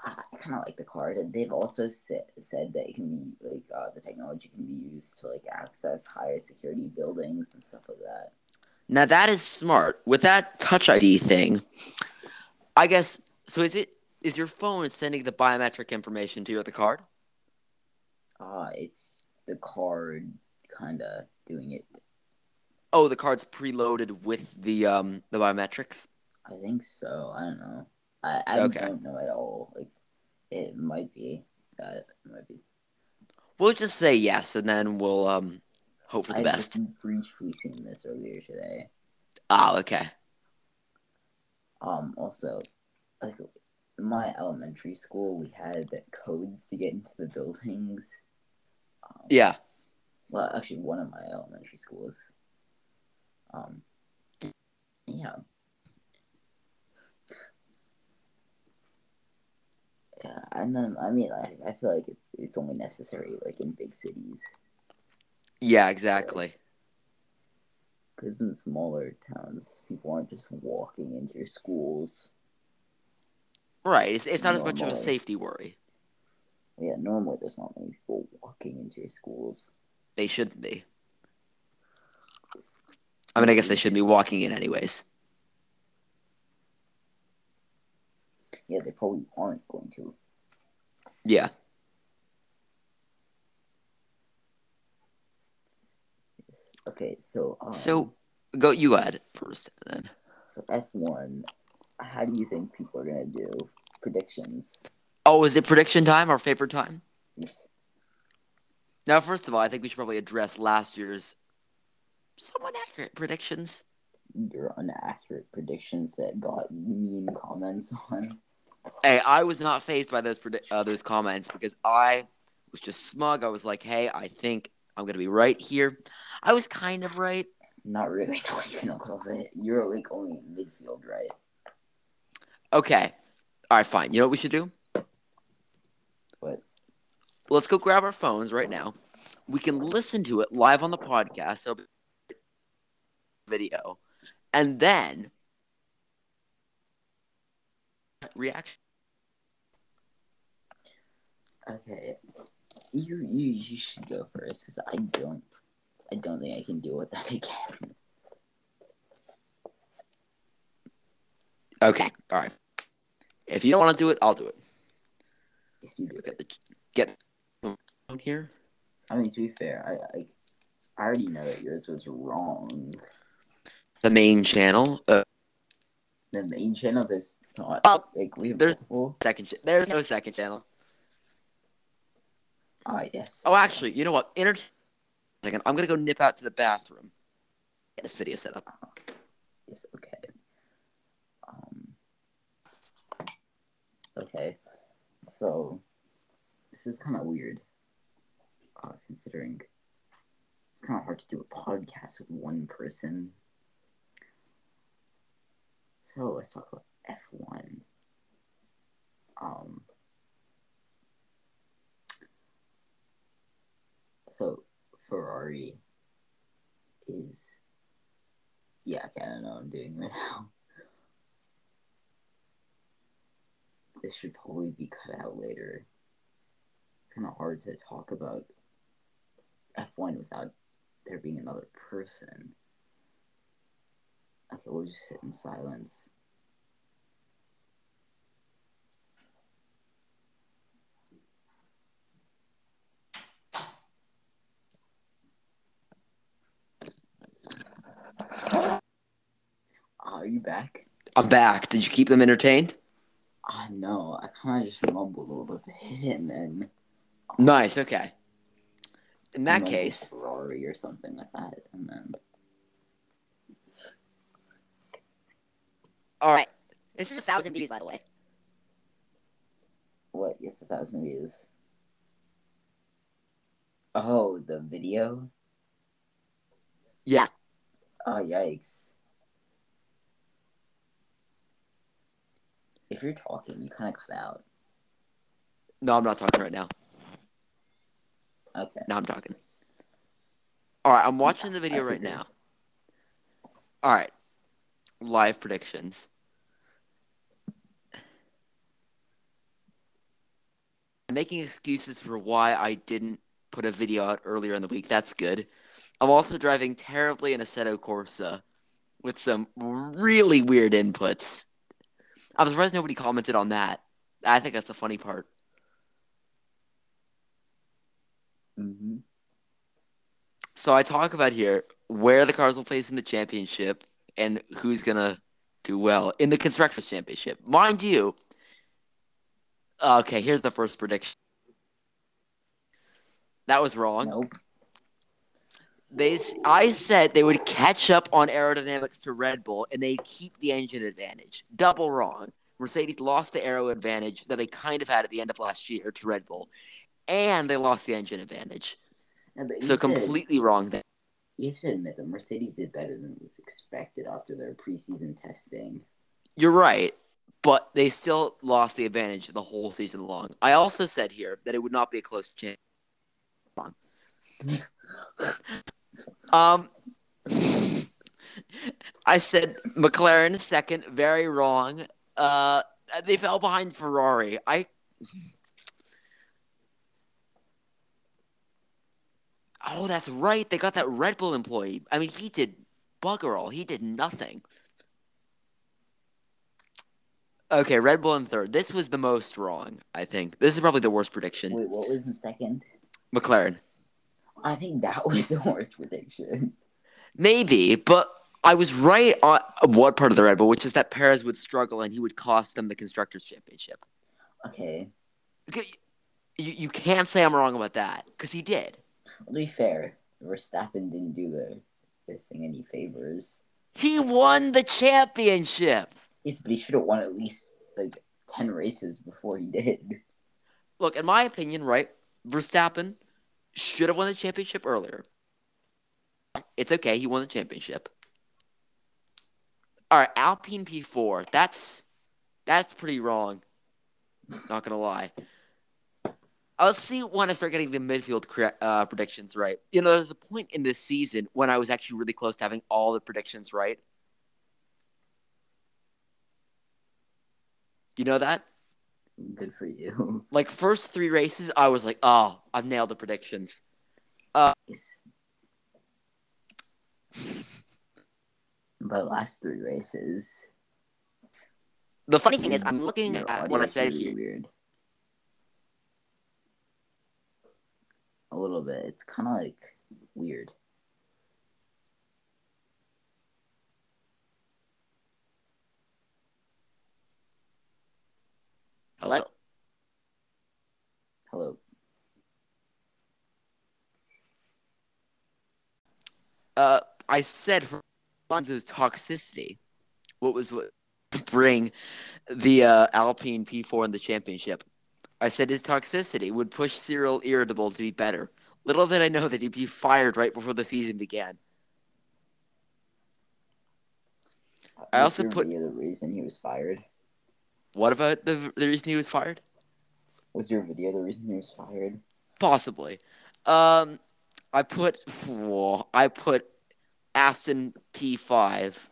[SPEAKER 1] I kind of like the card. And They've also sa- said that it can be like uh, the technology can be used to like access higher security buildings and stuff like that.
[SPEAKER 2] Now that is smart. With that Touch ID thing, I guess. So is it is your phone sending the biometric information to your other card?
[SPEAKER 1] Uh, it's the card kind of doing it.
[SPEAKER 2] Oh, the card's preloaded with the um the biometrics.
[SPEAKER 1] I think so. I don't know. I, I
[SPEAKER 2] Okay.
[SPEAKER 1] don't know at all. Like it might be. Uh, it might be.
[SPEAKER 2] We'll just say yes, and then we'll um hope for the
[SPEAKER 1] I've
[SPEAKER 2] best.
[SPEAKER 1] just briefly seen this earlier today.
[SPEAKER 2] Oh, okay.
[SPEAKER 1] Um, also, like in my elementary school, we had the codes to get into the buildings. Um,
[SPEAKER 2] Yeah.
[SPEAKER 1] Well, actually, one of my elementary schools. Um, yeah. Yeah, and then I mean, I, I feel like it's it's only necessary like in big cities,
[SPEAKER 2] Yeah, exactly.
[SPEAKER 1] because in smaller towns, people aren't just walking into your schools.
[SPEAKER 2] Right. It's it's not as much of
[SPEAKER 1] Normal.
[SPEAKER 2] a safety worry.
[SPEAKER 1] Yeah, normally there's not many people walking into your schools.
[SPEAKER 2] They shouldn't be. I mean, I guess they should be walking in anyways.
[SPEAKER 1] Yeah, they probably aren't going to.
[SPEAKER 2] Yeah.
[SPEAKER 1] Okay, so um,
[SPEAKER 2] So go you go ahead first, and then
[SPEAKER 1] so F one, how do you think people are gonna do predictions?
[SPEAKER 2] oh, is it prediction time? Our favorite time.
[SPEAKER 1] Yes.
[SPEAKER 2] Now, first of all, I think we should probably address last year's somewhat accurate predictions.
[SPEAKER 1] your inaccurate predictions that got mean comments on.
[SPEAKER 2] Hey, I was not phased by those predi- uh, those comments because I was just smug. I was like, "Hey, I think I'm gonna be right here." I was kind of right.
[SPEAKER 1] Not really, not even a little bit. You're like only in midfield, right?
[SPEAKER 2] Okay, all right, fine. You know what we should do?
[SPEAKER 1] What?
[SPEAKER 2] Let's go grab our phones right now. We can listen to it live on the podcast. So video, and then reaction.
[SPEAKER 1] Okay, you you you should go first because I don't I don't think I can deal with that again.
[SPEAKER 2] Okay, all right. If you don't want to do it, I'll do it.
[SPEAKER 1] Yes, you do.
[SPEAKER 2] Get the get the phone here.
[SPEAKER 1] I mean, to be fair, I like I already know that yours was wrong.
[SPEAKER 2] the main channel. Uh,
[SPEAKER 1] The main channel is not
[SPEAKER 2] Oh,
[SPEAKER 1] like we have
[SPEAKER 2] there's-
[SPEAKER 1] multiple.
[SPEAKER 2] second, ch- there's no second channel.
[SPEAKER 1] Ah, yes.
[SPEAKER 2] Oh, actually, you know what? Inter- second, I'm gonna go nip out to the bathroom. Get this video set up.
[SPEAKER 1] Yes, okay. Um, okay, so this is kind of weird, uh, considering it's kind of hard to do a podcast with one person. So let's talk about F one. Um. So Ferrari is yeah, okay, I don't know what I'm doing right now. This should probably be cut out later. It's kind of hard to talk about F1 without there being another person. Okay, we'll just sit in silence. Ah, Are you back?
[SPEAKER 2] I'm back. Did you keep them entertained?
[SPEAKER 1] I know. I kind of just mumbled a little bit, and then
[SPEAKER 2] Nice. Okay. In that
[SPEAKER 1] mumbled
[SPEAKER 2] case,
[SPEAKER 1] Ferrari or something like that, and then
[SPEAKER 2] all right.
[SPEAKER 3] This is a thousand views, by the way.
[SPEAKER 1] What gets a thousand views? Oh, the video?
[SPEAKER 2] Yeah.
[SPEAKER 1] Oh, yikes. If you're talking, you kind of cut out.
[SPEAKER 2] No, I'm not talking right now.
[SPEAKER 1] Okay.
[SPEAKER 2] Now I'm talking. All right, I'm watching the video
[SPEAKER 1] I
[SPEAKER 2] right
[SPEAKER 1] figured.
[SPEAKER 2] now. All right, live predictions. I'm making excuses for why I didn't put a video out earlier in the week. That's good. I'm also driving terribly in Assetto Corsa with some really weird inputs. I'm surprised nobody commented on that. I think that's the funny part.
[SPEAKER 1] Mm-hmm.
[SPEAKER 2] So I talk about here where the cars will place in the championship and who's gonna do well in the constructors championship. Mind you, okay, here's the first prediction. That was wrong.
[SPEAKER 1] Nope.
[SPEAKER 2] They, s- I said they would catch up on aerodynamics to Red Bull and they keep the engine advantage. Double wrong. Mercedes lost the aero advantage that they kind of had at the end of last year to Red Bull, and they lost the engine advantage.
[SPEAKER 1] No, but you
[SPEAKER 2] So
[SPEAKER 1] said-
[SPEAKER 2] completely wrong there.
[SPEAKER 1] You have to admit that Mercedes did better than was expected after their preseason testing.
[SPEAKER 2] You're right, but they still lost the advantage the whole season long. I also said here that it would not be a close chance. Um, I said McLaren second, very wrong. Uh, they fell behind Ferrari. I. Oh, that's right. They got that Red Bull employee. I mean, he did bugger all. He did nothing. Okay, Red Bull in third. This was the most wrong, I think. This is probably the worst prediction.
[SPEAKER 1] Wait, what was in second?
[SPEAKER 2] McLaren.
[SPEAKER 1] I think that was the worst prediction.
[SPEAKER 2] Maybe, but I was right on what part of the Red Bull, which is that Perez would struggle and he would cost them the constructors' championship.
[SPEAKER 1] Okay.
[SPEAKER 2] Okay, You, you can't say I'm wrong about that because he did.
[SPEAKER 1] Well, to be fair, Verstappen didn't do the this thing any favors.
[SPEAKER 2] He won the championship.
[SPEAKER 1] Yes, but he should have won at least like ten races before he did.
[SPEAKER 2] Look, in my opinion, right, Verstappen should have won the championship earlier. It's okay, he won the championship. All right, Alpine P4. That's that's pretty wrong. Not gonna lie. I'll see when I start getting the midfield cre- uh, predictions right. You know, there's a point in this season when I was actually really close to having all the predictions right. You know that?
[SPEAKER 1] Good for you.
[SPEAKER 2] like first three races, I was like, oh, I've nailed the predictions.
[SPEAKER 1] Yes. But last three races.
[SPEAKER 2] The funny thing is, I'm
[SPEAKER 1] your-
[SPEAKER 2] looking
[SPEAKER 1] your
[SPEAKER 2] at what I
[SPEAKER 1] audio's
[SPEAKER 2] said
[SPEAKER 1] really
[SPEAKER 2] here.
[SPEAKER 1] Weird. A little bit. It's kind of like weird.
[SPEAKER 2] Hello?
[SPEAKER 1] Hello.
[SPEAKER 2] Uh, I said for Alonso's toxicity, what was what bring the uh, Alpine P4 in the championship. I said his toxicity would push Cyril Irritable to be better. Little did I know that he'd be fired right before the season began. I
[SPEAKER 1] Is
[SPEAKER 2] also
[SPEAKER 1] your
[SPEAKER 2] put-
[SPEAKER 1] video the reason he was fired.
[SPEAKER 2] What about the, the reason he was fired?
[SPEAKER 1] Was your video the reason he was fired?
[SPEAKER 2] Possibly. Um, I put whoa, I put Aston P five.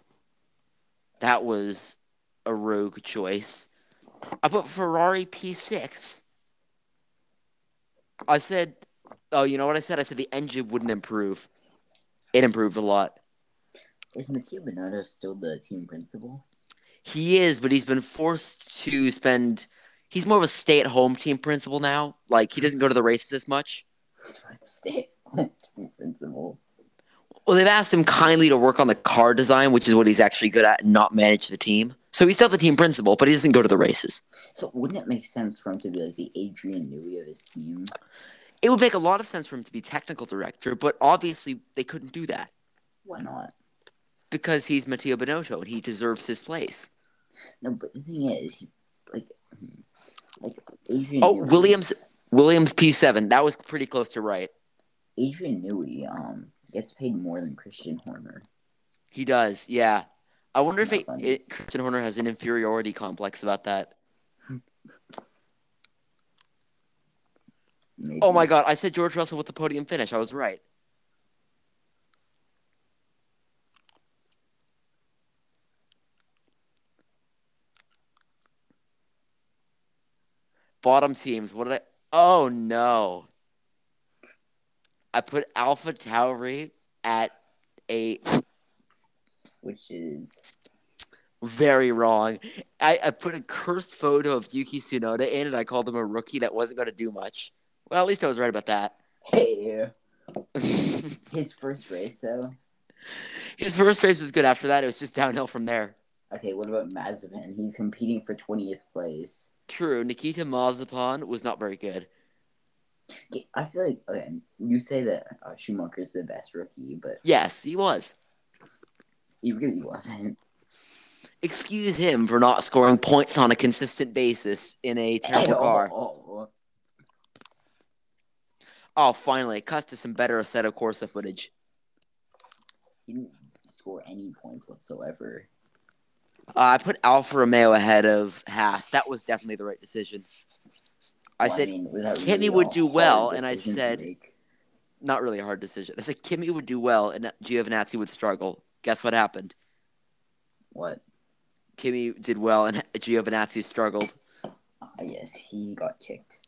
[SPEAKER 2] That was a rogue choice. I put Ferrari P six. I said, oh, you know what I said? I said the engine wouldn't improve. It improved a lot.
[SPEAKER 1] Is Mattia Bonotto still the team principal?
[SPEAKER 2] He is, but he's been forced to spend. He's more of a stay-at-home team principal now. Like he doesn't go to the races as much.
[SPEAKER 1] Stay at home team principal.
[SPEAKER 2] Well, they've asked him kindly to work on the car design, which is what he's actually good at, and not manage the team. So he's still the team principal, but he doesn't go to the races.
[SPEAKER 1] So wouldn't it make sense for him to be like the Adrian Newey of his team?
[SPEAKER 2] It would make a lot of sense for him to be technical director, but obviously they couldn't do that
[SPEAKER 1] Why not?
[SPEAKER 2] because he's Matteo Benotto and he deserves his place.
[SPEAKER 1] No, but the thing is, like, hmm, like Adrian.
[SPEAKER 2] Oh,
[SPEAKER 1] Newey-
[SPEAKER 2] Williams Williams P seven. That was pretty close to right.
[SPEAKER 1] Adrian Newey um gets paid more than Christian Horner.
[SPEAKER 2] He does. Yeah. I wonder if
[SPEAKER 1] Not
[SPEAKER 2] it,
[SPEAKER 1] funny.
[SPEAKER 2] it, Christian Horner has an inferiority complex about that.
[SPEAKER 1] Maybe.
[SPEAKER 2] Oh my God! I said George Russell with the podium finish. I was right. Bottom teams. What did I? Oh no! I put Alpha Tauri at eight.
[SPEAKER 1] Which is
[SPEAKER 2] Very wrong. I, I put a cursed photo of Yuki Tsunoda in, and I called him a rookie that wasn't going to do much. Well, at least I was right about that.
[SPEAKER 1] hey his first race though.
[SPEAKER 2] His first race was good after that. It was just downhill from there.
[SPEAKER 1] Okay, what about Mazepin? He's competing for twentieth place.
[SPEAKER 2] True, Nikita Mazepan was not very good.
[SPEAKER 1] Okay, I feel like okay, you say that uh, Schumacher's the best rookie, but
[SPEAKER 2] Yes, he was.
[SPEAKER 1] he really wasn't.
[SPEAKER 2] Excuse him for not scoring points on a consistent basis in a terrible car.
[SPEAKER 1] all.
[SPEAKER 2] Oh, finally, cuts to some better Assetto Corsa footage.
[SPEAKER 1] He didn't score any points whatsoever.
[SPEAKER 2] Uh, I put Alfa Romeo ahead of Haas. That was definitely the right decision. I
[SPEAKER 1] Well,
[SPEAKER 2] said
[SPEAKER 1] mean, was that really
[SPEAKER 2] Kenny would
[SPEAKER 1] a
[SPEAKER 2] do
[SPEAKER 1] hard
[SPEAKER 2] well, and I
[SPEAKER 1] decision to
[SPEAKER 2] said-
[SPEAKER 1] make?
[SPEAKER 2] not really a hard decision. I said Kimmy would do well and that Giovinazzi would struggle. Guess what happened?
[SPEAKER 1] "What?
[SPEAKER 2] Kimmy did well and Giovinazzi struggled.
[SPEAKER 1] Ah, yes, he got kicked."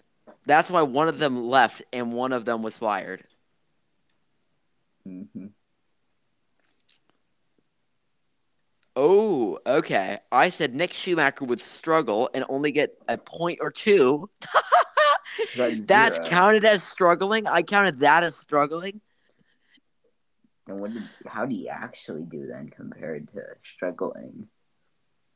[SPEAKER 2] That's why one of them left and one of them was fired.
[SPEAKER 1] hmm
[SPEAKER 2] Oh, okay. I said Nick Schumacher would struggle and only get a point or two. That's counted as struggling. I counted that as struggling.
[SPEAKER 1] And what did, how do you actually do then compared to struggling?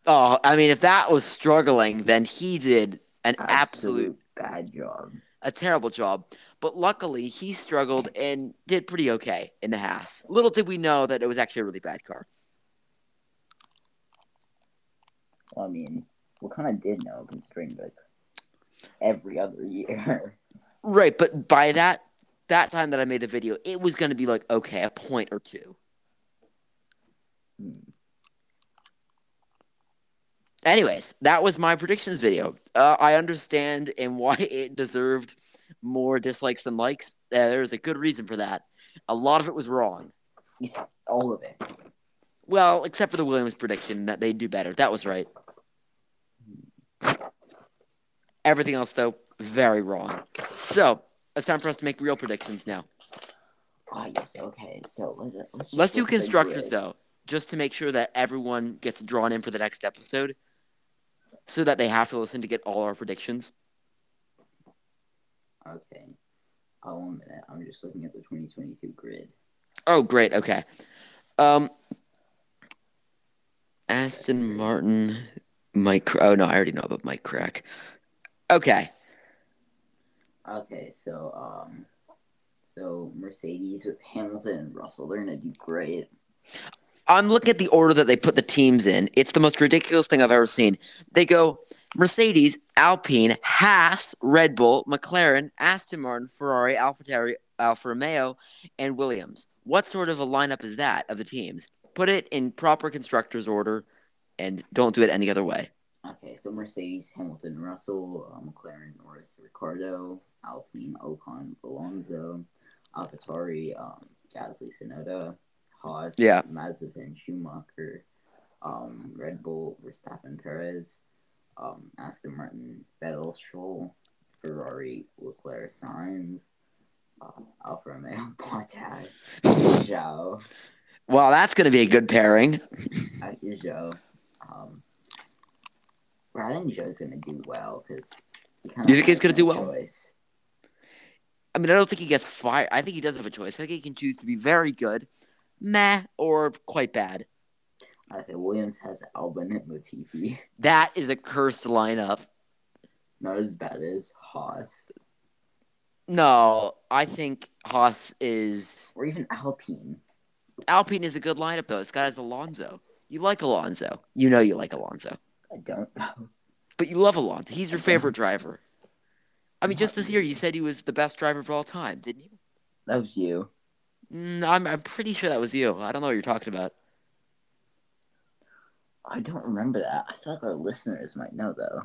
[SPEAKER 2] Oh, I mean, if that was struggling, then he did an absolute
[SPEAKER 1] bad job.
[SPEAKER 2] a terrible job. But luckily, he struggled and did pretty okay in the Haas. Little did we know that it was actually a really bad car.
[SPEAKER 1] Well, I mean, we kind of did know considering like every other year.
[SPEAKER 2] Right, but by that that time that I made the video, it was going to be like okay, a point or two.
[SPEAKER 1] Hmm.
[SPEAKER 2] Anyways, that was my predictions video. Uh, I understand and why it deserved more dislikes than likes. Uh, there was a good reason for that. A lot of it was wrong.
[SPEAKER 1] It's all of it.
[SPEAKER 2] Well, except for the Williams prediction that they do better. That was right. Everything else, though, very wrong. So it's time for us to make real predictions now.
[SPEAKER 1] Ah, yes. Okay, so let's let's, just
[SPEAKER 2] Let's do
[SPEAKER 1] look at the
[SPEAKER 2] constructors,
[SPEAKER 1] grid.
[SPEAKER 2] though, just to make sure that everyone gets drawn in for the next episode so that they have to listen to get all our predictions.
[SPEAKER 1] Okay. Oh, one minute. I'm just looking at the 2022 grid.
[SPEAKER 2] Oh, great. Okay. Um, Aston Martin, Mike. Cr- Oh, no, I already know about Mike Crack. Okay.
[SPEAKER 1] Okay, so um, so Mercedes with Hamilton and Russell, they're gonna do great.
[SPEAKER 2] I'm looking at the order that they put the teams in. It's the most ridiculous thing I've ever seen. They go Mercedes, Alpine, Haas, Red Bull, McLaren, Aston Martin, Ferrari, AlphaTauri, Alfa Romeo, and Williams. What sort of a lineup is that of the teams? Put it in proper constructors order, and don't do it any other way.
[SPEAKER 1] Okay, so Mercedes, Hamilton, Russell, uh, McLaren, Norris, Ricardo, Alpine, Ocon, Alonso, Alvatari, um, Gasly, Sonoda, Haas,
[SPEAKER 2] Yeah.
[SPEAKER 1] Mazepin, Schumacher, um, Red Bull, Verstappen, Perez, um, Aston Martin, Vettel, Stroll, Ferrari, Leclerc, Sainz, uh, Alfa Romeo, Bottas, Zhao,
[SPEAKER 2] Well, that's going to be a good pairing.
[SPEAKER 1] uh, Zhou. Um, well, I think Joe's gonna do well because
[SPEAKER 2] You think he's gonna do well?
[SPEAKER 1] Choice.
[SPEAKER 2] I mean, I don't think he gets fired. I think he does have a choice. I think he can choose to be very good, meh, or quite bad.
[SPEAKER 1] Okay, Williams has Albin and Latifi.
[SPEAKER 2] That is a cursed lineup.
[SPEAKER 1] Not as bad as Haas
[SPEAKER 2] No, I think Haas is
[SPEAKER 1] or even Alpine.
[SPEAKER 2] Alpine is a good lineup though. It's got as Alonso. You like Alonso. You know you like Alonso.
[SPEAKER 1] I don't know.
[SPEAKER 2] But you love Alonso. He's your favorite driver. I mean, just this year you said he was the best driver of all time, didn't you?
[SPEAKER 1] That was you.
[SPEAKER 2] Mm, I'm I'm pretty sure that was you. I don't know what you're talking about.
[SPEAKER 1] I don't remember that. I feel like our listeners might know though.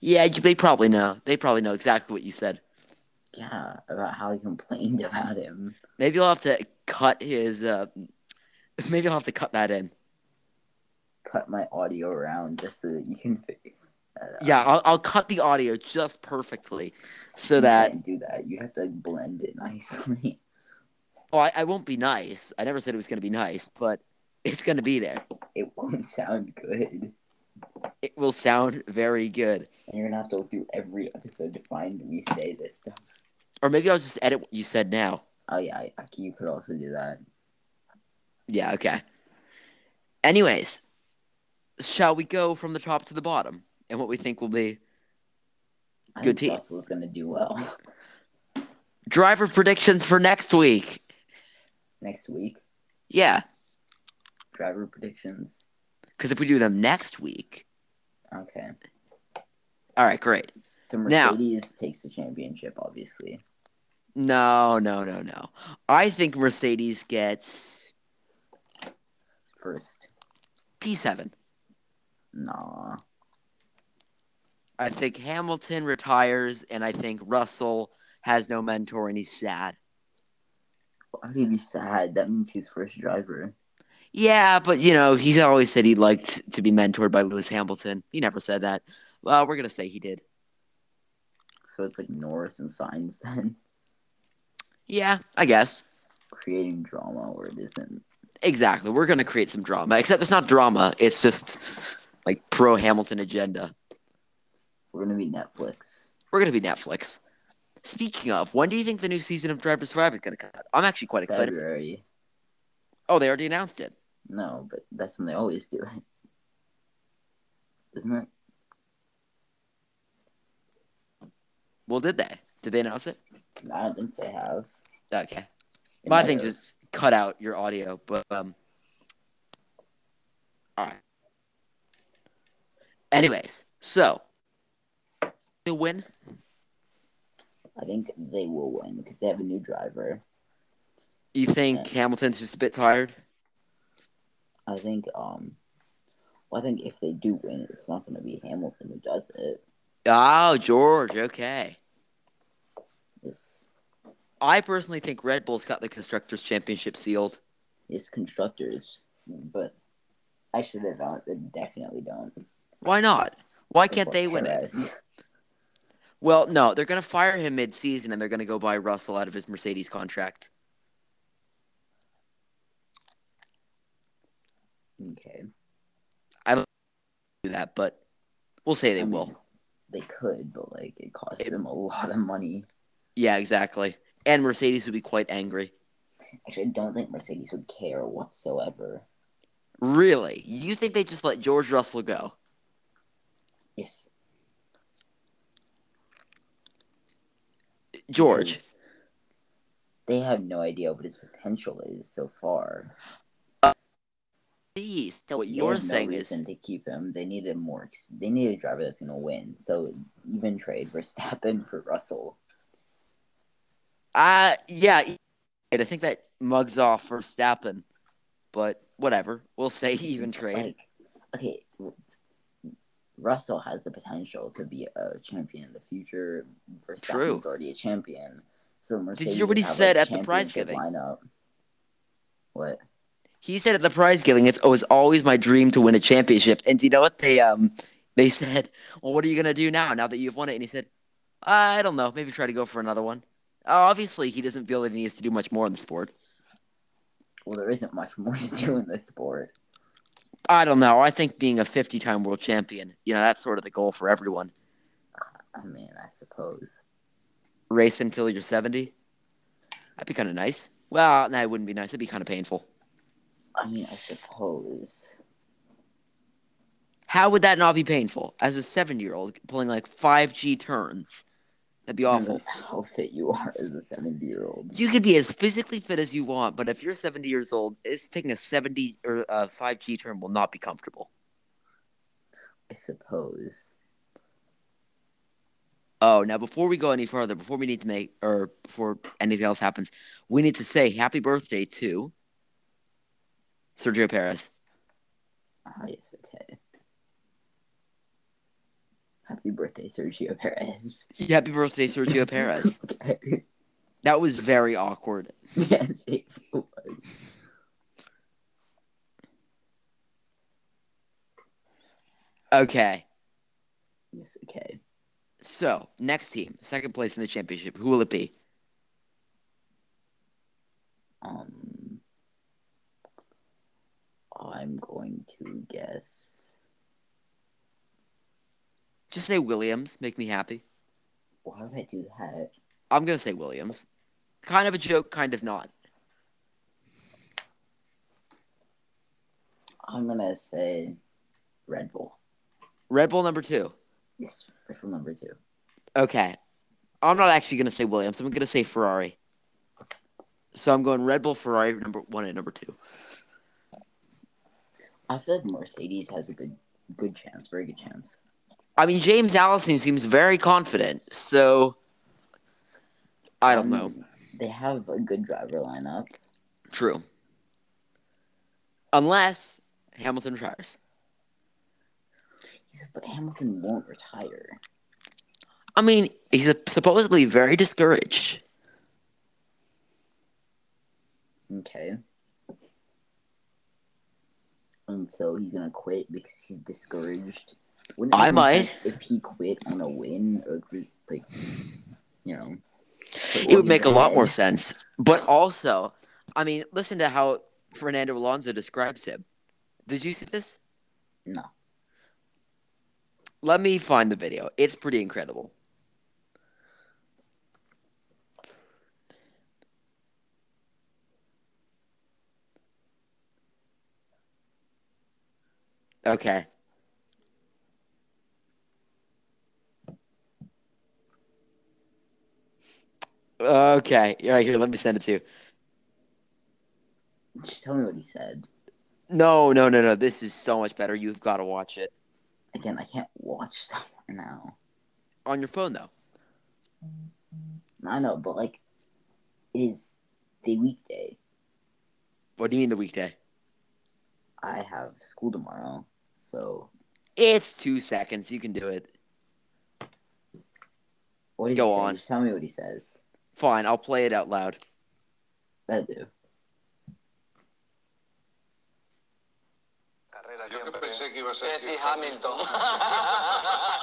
[SPEAKER 2] Yeah, you, they probably know. They probably know exactly what you said.
[SPEAKER 1] Yeah, about how he complained about him.
[SPEAKER 2] Maybe I'll have to cut his. Uh, maybe I'll have to cut that in.
[SPEAKER 1] Cut my audio around just so that you can figure.
[SPEAKER 2] Yeah, I'll, I'll cut the audio just perfectly, so
[SPEAKER 1] You
[SPEAKER 2] that
[SPEAKER 1] can't do that. You have to like, blend it nicely.
[SPEAKER 2] oh, I, I won't be nice. I never said it was gonna be nice, but it's gonna be there.
[SPEAKER 1] It won't sound good.
[SPEAKER 2] It will sound very good.
[SPEAKER 1] And you're gonna have to look through every episode to find me say this stuff.
[SPEAKER 2] Or maybe I'll just edit what you said now.
[SPEAKER 1] Oh yeah, I, I, you could also do that.
[SPEAKER 2] Yeah, okay. Anyways, shall we go from the top to the bottom and what we think will be
[SPEAKER 1] I think
[SPEAKER 2] Good team.
[SPEAKER 1] Russell's gonna do well
[SPEAKER 2] driver predictions for next week?
[SPEAKER 1] next week.
[SPEAKER 2] Yeah,
[SPEAKER 1] Driver predictions.
[SPEAKER 2] because if we do them next week,
[SPEAKER 1] Okay.
[SPEAKER 2] all right, great.
[SPEAKER 1] So
[SPEAKER 2] Now-
[SPEAKER 1] Mercedes takes the championship, obviously.
[SPEAKER 2] No, no, no, no. I think Mercedes gets
[SPEAKER 1] First,
[SPEAKER 2] P7.
[SPEAKER 1] nah.
[SPEAKER 2] I think Hamilton retires, and I think Russell has no mentor and he's sad.
[SPEAKER 1] Why would he be sad? That means he's first driver.
[SPEAKER 2] Yeah, but you know, he's always said he liked to be mentored by Lewis Hamilton. He never said that. Well, we're going to say he did.
[SPEAKER 1] So it's like Norris and Signs then
[SPEAKER 2] Yeah, I guess.
[SPEAKER 1] creating drama where it isn't.
[SPEAKER 2] Exactly. We're going to create some drama, except it's not drama. It's just like pro Hamilton agenda.
[SPEAKER 1] We're gonna be Netflix.
[SPEAKER 2] We're going to be Netflix. Speaking of, when do you think the new season of Driver to Survive is going to come out? I'm actually quite excited.
[SPEAKER 1] February.
[SPEAKER 2] Oh, they already announced it.
[SPEAKER 1] No, but that's when they always do it. Isn't it?
[SPEAKER 2] Well, did they? Did they announce it?
[SPEAKER 1] I don't think they have.
[SPEAKER 2] Okay.
[SPEAKER 1] They
[SPEAKER 2] My
[SPEAKER 1] might
[SPEAKER 2] thing
[SPEAKER 1] have.
[SPEAKER 2] just cut out your audio, but um. All right. Anyways, so they win.
[SPEAKER 1] I think they will win because they have a new driver.
[SPEAKER 2] You think
[SPEAKER 1] Yeah.
[SPEAKER 2] Hamilton's just a bit tired?
[SPEAKER 1] I think um well, I think if they do win, it's not going to be Hamilton who does it.
[SPEAKER 2] Oh, George. Okay.
[SPEAKER 1] It's
[SPEAKER 2] I personally think Red Bull's got the constructors' championship sealed.
[SPEAKER 1] it's constructors, but actually they don't. They definitely don't.
[SPEAKER 2] Why not? Why can't they win it?
[SPEAKER 1] Perez.
[SPEAKER 2] Well, no, they're gonna fire him mid-season, and they're gonna go buy Russell out of his Mercedes contract.
[SPEAKER 1] Okay,
[SPEAKER 2] Do that, but we'll say they
[SPEAKER 1] I mean,
[SPEAKER 2] will.
[SPEAKER 1] They could, but like it costs
[SPEAKER 2] It-
[SPEAKER 1] them a lot of money.
[SPEAKER 2] Yeah, exactly. And Mercedes would be quite angry.
[SPEAKER 1] Actually, I don't think Mercedes would care whatsoever.
[SPEAKER 2] Really? You think they just let George Russell go?
[SPEAKER 1] Yes,
[SPEAKER 2] George.
[SPEAKER 1] because They have no idea what his potential is so far.
[SPEAKER 2] Jeez. So what
[SPEAKER 1] They
[SPEAKER 2] you're
[SPEAKER 1] have no
[SPEAKER 2] saying is
[SPEAKER 1] reason to keep him. They need a more. ex- They need a driver that's going to win. So even trade Verstappen for Russell.
[SPEAKER 2] uh yeah. e- I think that mugs off for Stappen. But whatever. We'll say even trade.
[SPEAKER 1] Like, okay, w- Russell has the potential to be a champion in the future. Verstappen's already a champion. So Mercedes.
[SPEAKER 2] hear what
[SPEAKER 1] would
[SPEAKER 2] he
[SPEAKER 1] have a
[SPEAKER 2] said at the prize
[SPEAKER 1] championship
[SPEAKER 2] giving?
[SPEAKER 1] Lineup. What?
[SPEAKER 2] He said at the prize giving it's always always my dream to win a championship. And do you know what they um they said, Well, what are you gonna do now, now that you've won it? And he said, I don't know, maybe try to go for another one. obviously he doesn't feel that he needs to do much more in the sport.
[SPEAKER 1] Well, there isn't much more to do in this sport.
[SPEAKER 2] I don't know. I think being a 50 time world champion, you know, that's sort of the goal for everyone.
[SPEAKER 1] I mean, I suppose.
[SPEAKER 2] Race until you're 70. That'd be kind of nice. Well, no, it wouldn't be nice. It'd be kind of painful.
[SPEAKER 1] I mean, I suppose.
[SPEAKER 2] How would that not be painful? As a 70 year old pulling like 5G turns, that'd be awful.
[SPEAKER 1] How fit you are as a seventy-year-old.
[SPEAKER 2] You could be as physically fit as you want, but if you're 70 years old, it's taking a 70 or uh, 5G turn will not be comfortable.
[SPEAKER 1] I suppose.
[SPEAKER 2] Oh, now before we go any further, before we need to make or before anything else happens, we need to say happy birthday to Sergio Perez.
[SPEAKER 1] Ah, yes, okay. Happy birthday, Sergio Perez.
[SPEAKER 2] Happy birthday, Sergio Perez.
[SPEAKER 1] okay.
[SPEAKER 2] That was very awkward.
[SPEAKER 1] Yes, it was.
[SPEAKER 2] Okay,
[SPEAKER 1] Yes, okay.
[SPEAKER 2] so next team, second place in the championship. Who will it be?
[SPEAKER 1] Um, I'm going to guess.
[SPEAKER 2] Just say Williams. Make me happy.
[SPEAKER 1] Why would I do that?
[SPEAKER 2] I'm gonna say Williams. Kind of a joke, kind of not.
[SPEAKER 1] I'm gonna say Red Bull.
[SPEAKER 2] Red Bull number two.
[SPEAKER 1] Yes, Red Bull number two.
[SPEAKER 2] Okay. I'm not actually going to say Williams. I'm going to say Ferrari. So I'm going Red Bull, Ferrari, number one and number two.
[SPEAKER 1] I feel like Mercedes has a good, good chance, very good chance.
[SPEAKER 2] I mean, James Allison seems very confident. So I don't know.
[SPEAKER 1] Um, They have a good driver lineup.
[SPEAKER 2] True. Unless Hamilton retires.
[SPEAKER 1] He's- But Hamilton won't retire.
[SPEAKER 2] I mean, he's supposedly very discouraged.
[SPEAKER 1] Okay. And so he's gonna quit because he's discouraged. Wouldn't it
[SPEAKER 2] I
[SPEAKER 1] make more
[SPEAKER 2] might.
[SPEAKER 1] sense if he quit on a win, or gr- like, you know,
[SPEAKER 2] It would make a lot more sense. But also, I mean, listen to how Fernando Alonso describes him. Did you see this?
[SPEAKER 1] No,
[SPEAKER 2] Let me find the video. It's pretty incredible. Okay. Okay. All right, here, let me send it to you.
[SPEAKER 1] just tell me what he said.
[SPEAKER 2] No, no, no, no. This is so much better. You've got to watch it.
[SPEAKER 1] Again, I can't watch stuff right now.
[SPEAKER 2] On your phone, though.
[SPEAKER 1] I know, but like, it is the weekday.
[SPEAKER 2] What do you mean the weekday?
[SPEAKER 1] I have school tomorrow, so
[SPEAKER 2] It's two seconds. You can do it.
[SPEAKER 1] what did
[SPEAKER 2] Go
[SPEAKER 1] he say?
[SPEAKER 2] on.
[SPEAKER 1] Just tell me what he says.
[SPEAKER 2] Fine, I'll play it out loud.
[SPEAKER 1] That do.
[SPEAKER 4] carrera
[SPEAKER 5] Yo que
[SPEAKER 4] siempre. ¿eh?
[SPEAKER 5] pensé que iba a ser
[SPEAKER 6] Lewis
[SPEAKER 5] Hamilton.
[SPEAKER 6] Hamilton.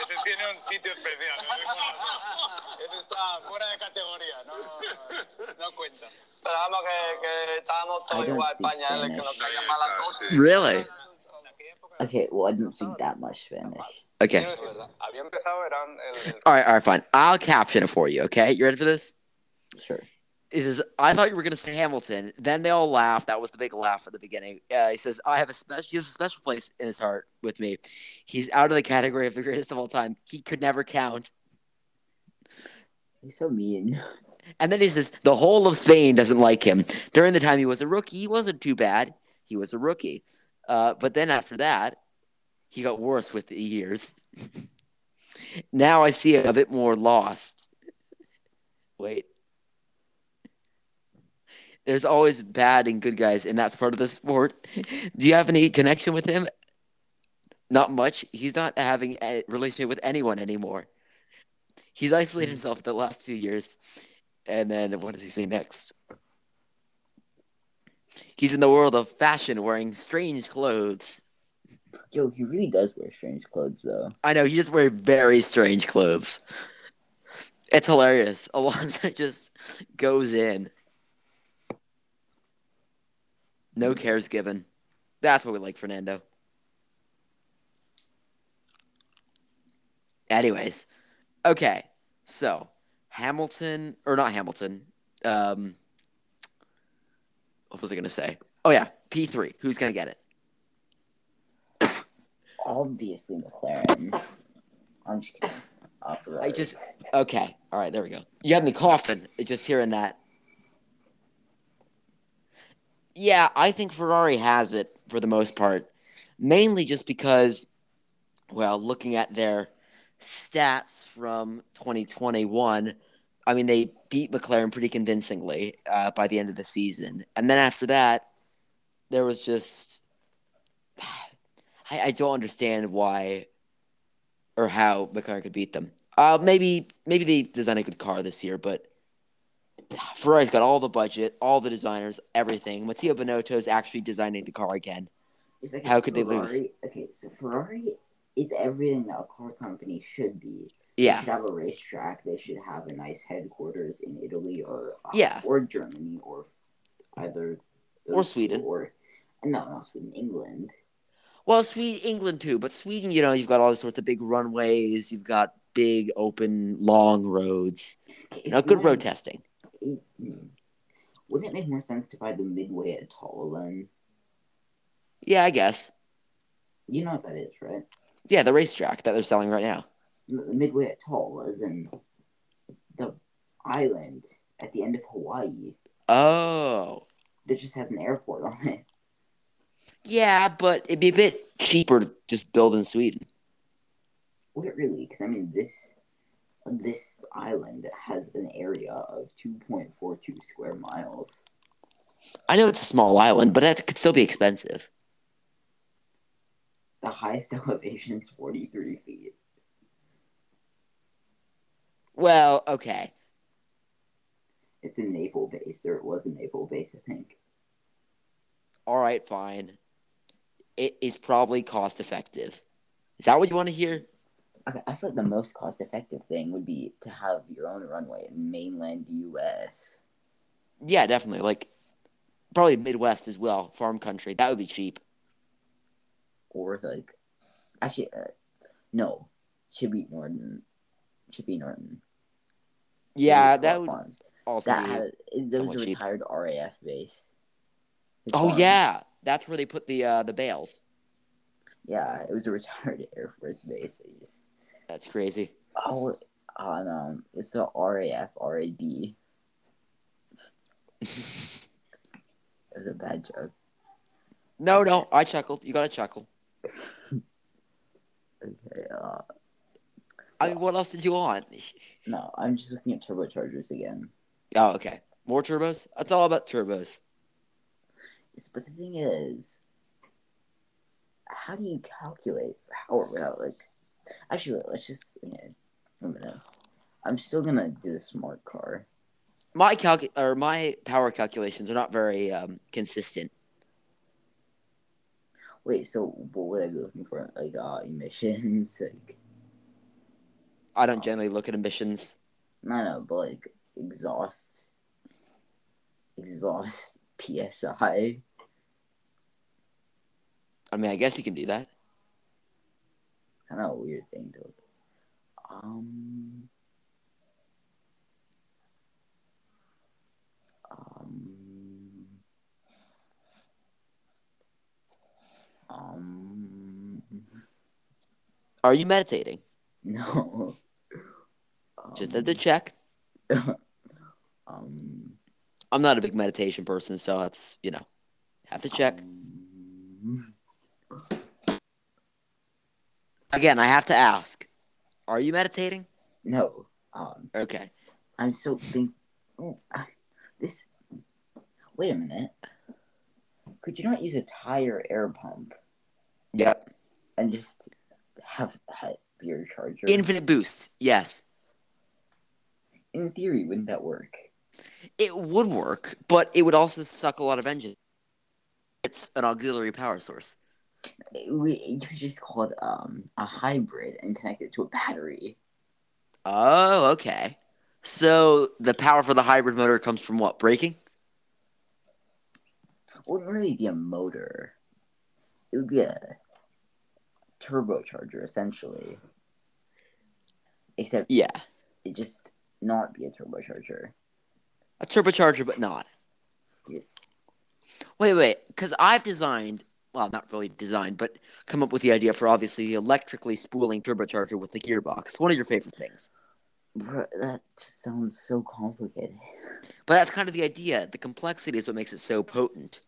[SPEAKER 4] Ese tiene un sitio especial. ¿no? Ese está fuera de categoría. No, no, no cuenta.
[SPEAKER 6] Pero vamos que, que estábamos todos
[SPEAKER 1] I don't
[SPEAKER 6] igual,
[SPEAKER 1] speak
[SPEAKER 6] pañales, que nos
[SPEAKER 1] Spanish.
[SPEAKER 6] caigan
[SPEAKER 5] Ahí
[SPEAKER 6] mal a
[SPEAKER 5] está,
[SPEAKER 6] todos.
[SPEAKER 5] sí.
[SPEAKER 2] Really?
[SPEAKER 1] Okay, well, I didn't speak Oh, that much Spanish.
[SPEAKER 2] Okay.
[SPEAKER 4] Quiero decir, ¿verdad? Había empezado, era el, el
[SPEAKER 2] All right, all right, fine. I'll caption it for you, okay? You ready for this?
[SPEAKER 1] Sure.
[SPEAKER 2] He says, I thought you were going to say Hamilton. Then they all laugh. That was the big laugh at the beginning. Uh, he says, I have a special, he has a special place in his heart with me. He's out of the category of the greatest of all time. He could never count.
[SPEAKER 1] He's so mean.
[SPEAKER 2] And then he says, the whole of Spain doesn't like him. During the time he was a rookie, he wasn't too bad. He was a rookie. Uh, but then after that, he got worse with the years. now I see him a bit more lost. Wait. There's always bad and good guys, and that's part of the sport. Do you have any connection with him? Not much. He's not having a relationship with anyone anymore. He's isolated himself the last few years. And then what does he say next? He's in the world of fashion wearing strange clothes.
[SPEAKER 1] Yo, he really does wear strange clothes though.
[SPEAKER 2] I know, he just wears very strange clothes. It's hilarious. Alonso just goes in. No cares given. That's what we like, Fernando. Anyways, okay, so Hamilton, or not Hamilton, um, what was I going to say? Oh, yeah, P3. Who's going to get it?
[SPEAKER 1] Obviously McLaren. I'm just kidding. Uh,
[SPEAKER 2] I
[SPEAKER 1] Ferrari.
[SPEAKER 2] just okay. All right, there we go. You had me coughing just hearing that. Yeah, I think Ferrari has it for the most part, mainly just because Well, looking at their stats from 2021, I mean, they beat McLaren pretty convincingly uh, by the end of the season. And then after that, there was just. I, I don't understand why or how McLaren could beat them. Uh, maybe maybe they design a good car this year, but Ferrari's got all the budget, all the designers, everything. Matteo Bonotto's actually designing the car again.
[SPEAKER 1] It's like
[SPEAKER 2] How could they lose?
[SPEAKER 1] Ferrari- Okay, so Ferrari is everything that a car company should be. They
[SPEAKER 2] Yeah,
[SPEAKER 1] should have a racetrack. They should have a nice headquarters in Italy or uh,
[SPEAKER 2] Yeah.
[SPEAKER 1] or Germany or either
[SPEAKER 2] Or
[SPEAKER 1] those two
[SPEAKER 2] Sweden.
[SPEAKER 1] or no, not Sweden, England.
[SPEAKER 2] Well, Sweden, England too, but Sweden, you know, you've got all sorts of big runways, you've got big open long roads,
[SPEAKER 1] Okay,
[SPEAKER 2] you
[SPEAKER 1] if
[SPEAKER 2] know,
[SPEAKER 1] you
[SPEAKER 2] good road
[SPEAKER 1] wanna-
[SPEAKER 2] testing.
[SPEAKER 1] it- hmm. Wouldn't it make more sense to buy the Midway at Tallinn?
[SPEAKER 2] Yeah, I guess.
[SPEAKER 1] You know what that is, right?
[SPEAKER 2] Yeah, the racetrack that they're selling right now.
[SPEAKER 1] M- The Midway at Tall is in the island at the end of Hawaii
[SPEAKER 2] Oh,
[SPEAKER 1] that just has an airport on it.
[SPEAKER 2] yeah, but it'd be a bit cheaper to just build in Sweden.
[SPEAKER 1] Would it really? Because I mean, this this island has an area of two point four two square miles.
[SPEAKER 2] I know it's a small island, but that could still be expensive.
[SPEAKER 1] The highest elevation is forty three feet.
[SPEAKER 2] Well, okay.
[SPEAKER 1] It's a naval base, or it was a naval base, I think.
[SPEAKER 2] All right, fine. It is probably cost effective. Is that what you want to hear?
[SPEAKER 1] I, I feel like the most cost effective thing would be to have your own runway in mainland U.S.
[SPEAKER 2] Yeah, definitely. Like, probably Midwest as well, farm country. That would be cheap.
[SPEAKER 1] or like actually uh, no Chibi Norton Chibi Norton
[SPEAKER 2] Yeah,
[SPEAKER 1] Those
[SPEAKER 2] that
[SPEAKER 1] slut
[SPEAKER 2] would
[SPEAKER 1] farms.
[SPEAKER 2] also
[SPEAKER 1] that
[SPEAKER 2] be.
[SPEAKER 1] had, that was a
[SPEAKER 2] somewhat cheap.
[SPEAKER 1] retired RAF base His
[SPEAKER 2] oh
[SPEAKER 1] farm.
[SPEAKER 2] yeah, that's where they put the uh, the bales.
[SPEAKER 1] yeah it was a retired Air Force base I just
[SPEAKER 2] That's crazy.
[SPEAKER 1] oh oh no it's the RAF RAB it was a bad joke
[SPEAKER 2] No, no, I chuckled. You gotta chuckle.
[SPEAKER 1] okay uh,
[SPEAKER 2] I mean, what else did you want?
[SPEAKER 1] no I'm just looking at turbochargers again
[SPEAKER 2] Oh, okay. More turbos. That's all about turbos.
[SPEAKER 1] It's- but the thing is, how do you calculate power without like? Actually, let's just you know, I'm gonna. I'm still gonna do the smart car.
[SPEAKER 2] My calc or my power calculations are not very um, consistent.
[SPEAKER 1] Wait, so what would I be looking for? Like uh, emissions, like
[SPEAKER 2] I don't generally look at emissions.
[SPEAKER 1] no, no, but like exhaust, exhaust psi.
[SPEAKER 2] I mean, I guess you can do that.
[SPEAKER 1] Kind of a weird thing to look. Um. Um. Um.
[SPEAKER 2] Are you meditating?
[SPEAKER 1] No.
[SPEAKER 2] Just had to check.
[SPEAKER 1] Um.
[SPEAKER 2] I'm not a big meditation person, so that's you know, have to check.
[SPEAKER 1] um,
[SPEAKER 2] Again, I have to ask. Are you meditating?
[SPEAKER 1] no. Um.
[SPEAKER 2] Okay.
[SPEAKER 1] I'm so think. Oh, I- this. Wait a minute. Could you not use a tire air pump?
[SPEAKER 2] Yep.
[SPEAKER 1] and just have that beer charger. In,
[SPEAKER 2] Infinite boost. Yes.
[SPEAKER 1] theory, wouldn't that work?
[SPEAKER 2] It would work, but it would also suck a lot of engine. It's an auxiliary power source.
[SPEAKER 1] It- we- you could just call it um, a hybrid and connect it to a battery.
[SPEAKER 2] Oh, okay. So the power for the hybrid motor comes from what? Braking?
[SPEAKER 1] It wouldn't really be a motor. It would be a turbocharger, essentially. Except
[SPEAKER 2] Yeah.
[SPEAKER 1] it just not be a turbocharger.
[SPEAKER 2] A turbocharger, but not.
[SPEAKER 1] Just
[SPEAKER 2] Wait, wait. Because I've designed, well, not really designed, but come up with the idea for obviously the electrically spooling turbocharger with the gearbox. One of your favorite things.
[SPEAKER 1] bruh, that just sounds so complicated.
[SPEAKER 2] But that's kind of the idea. The complexity is what makes it so potent.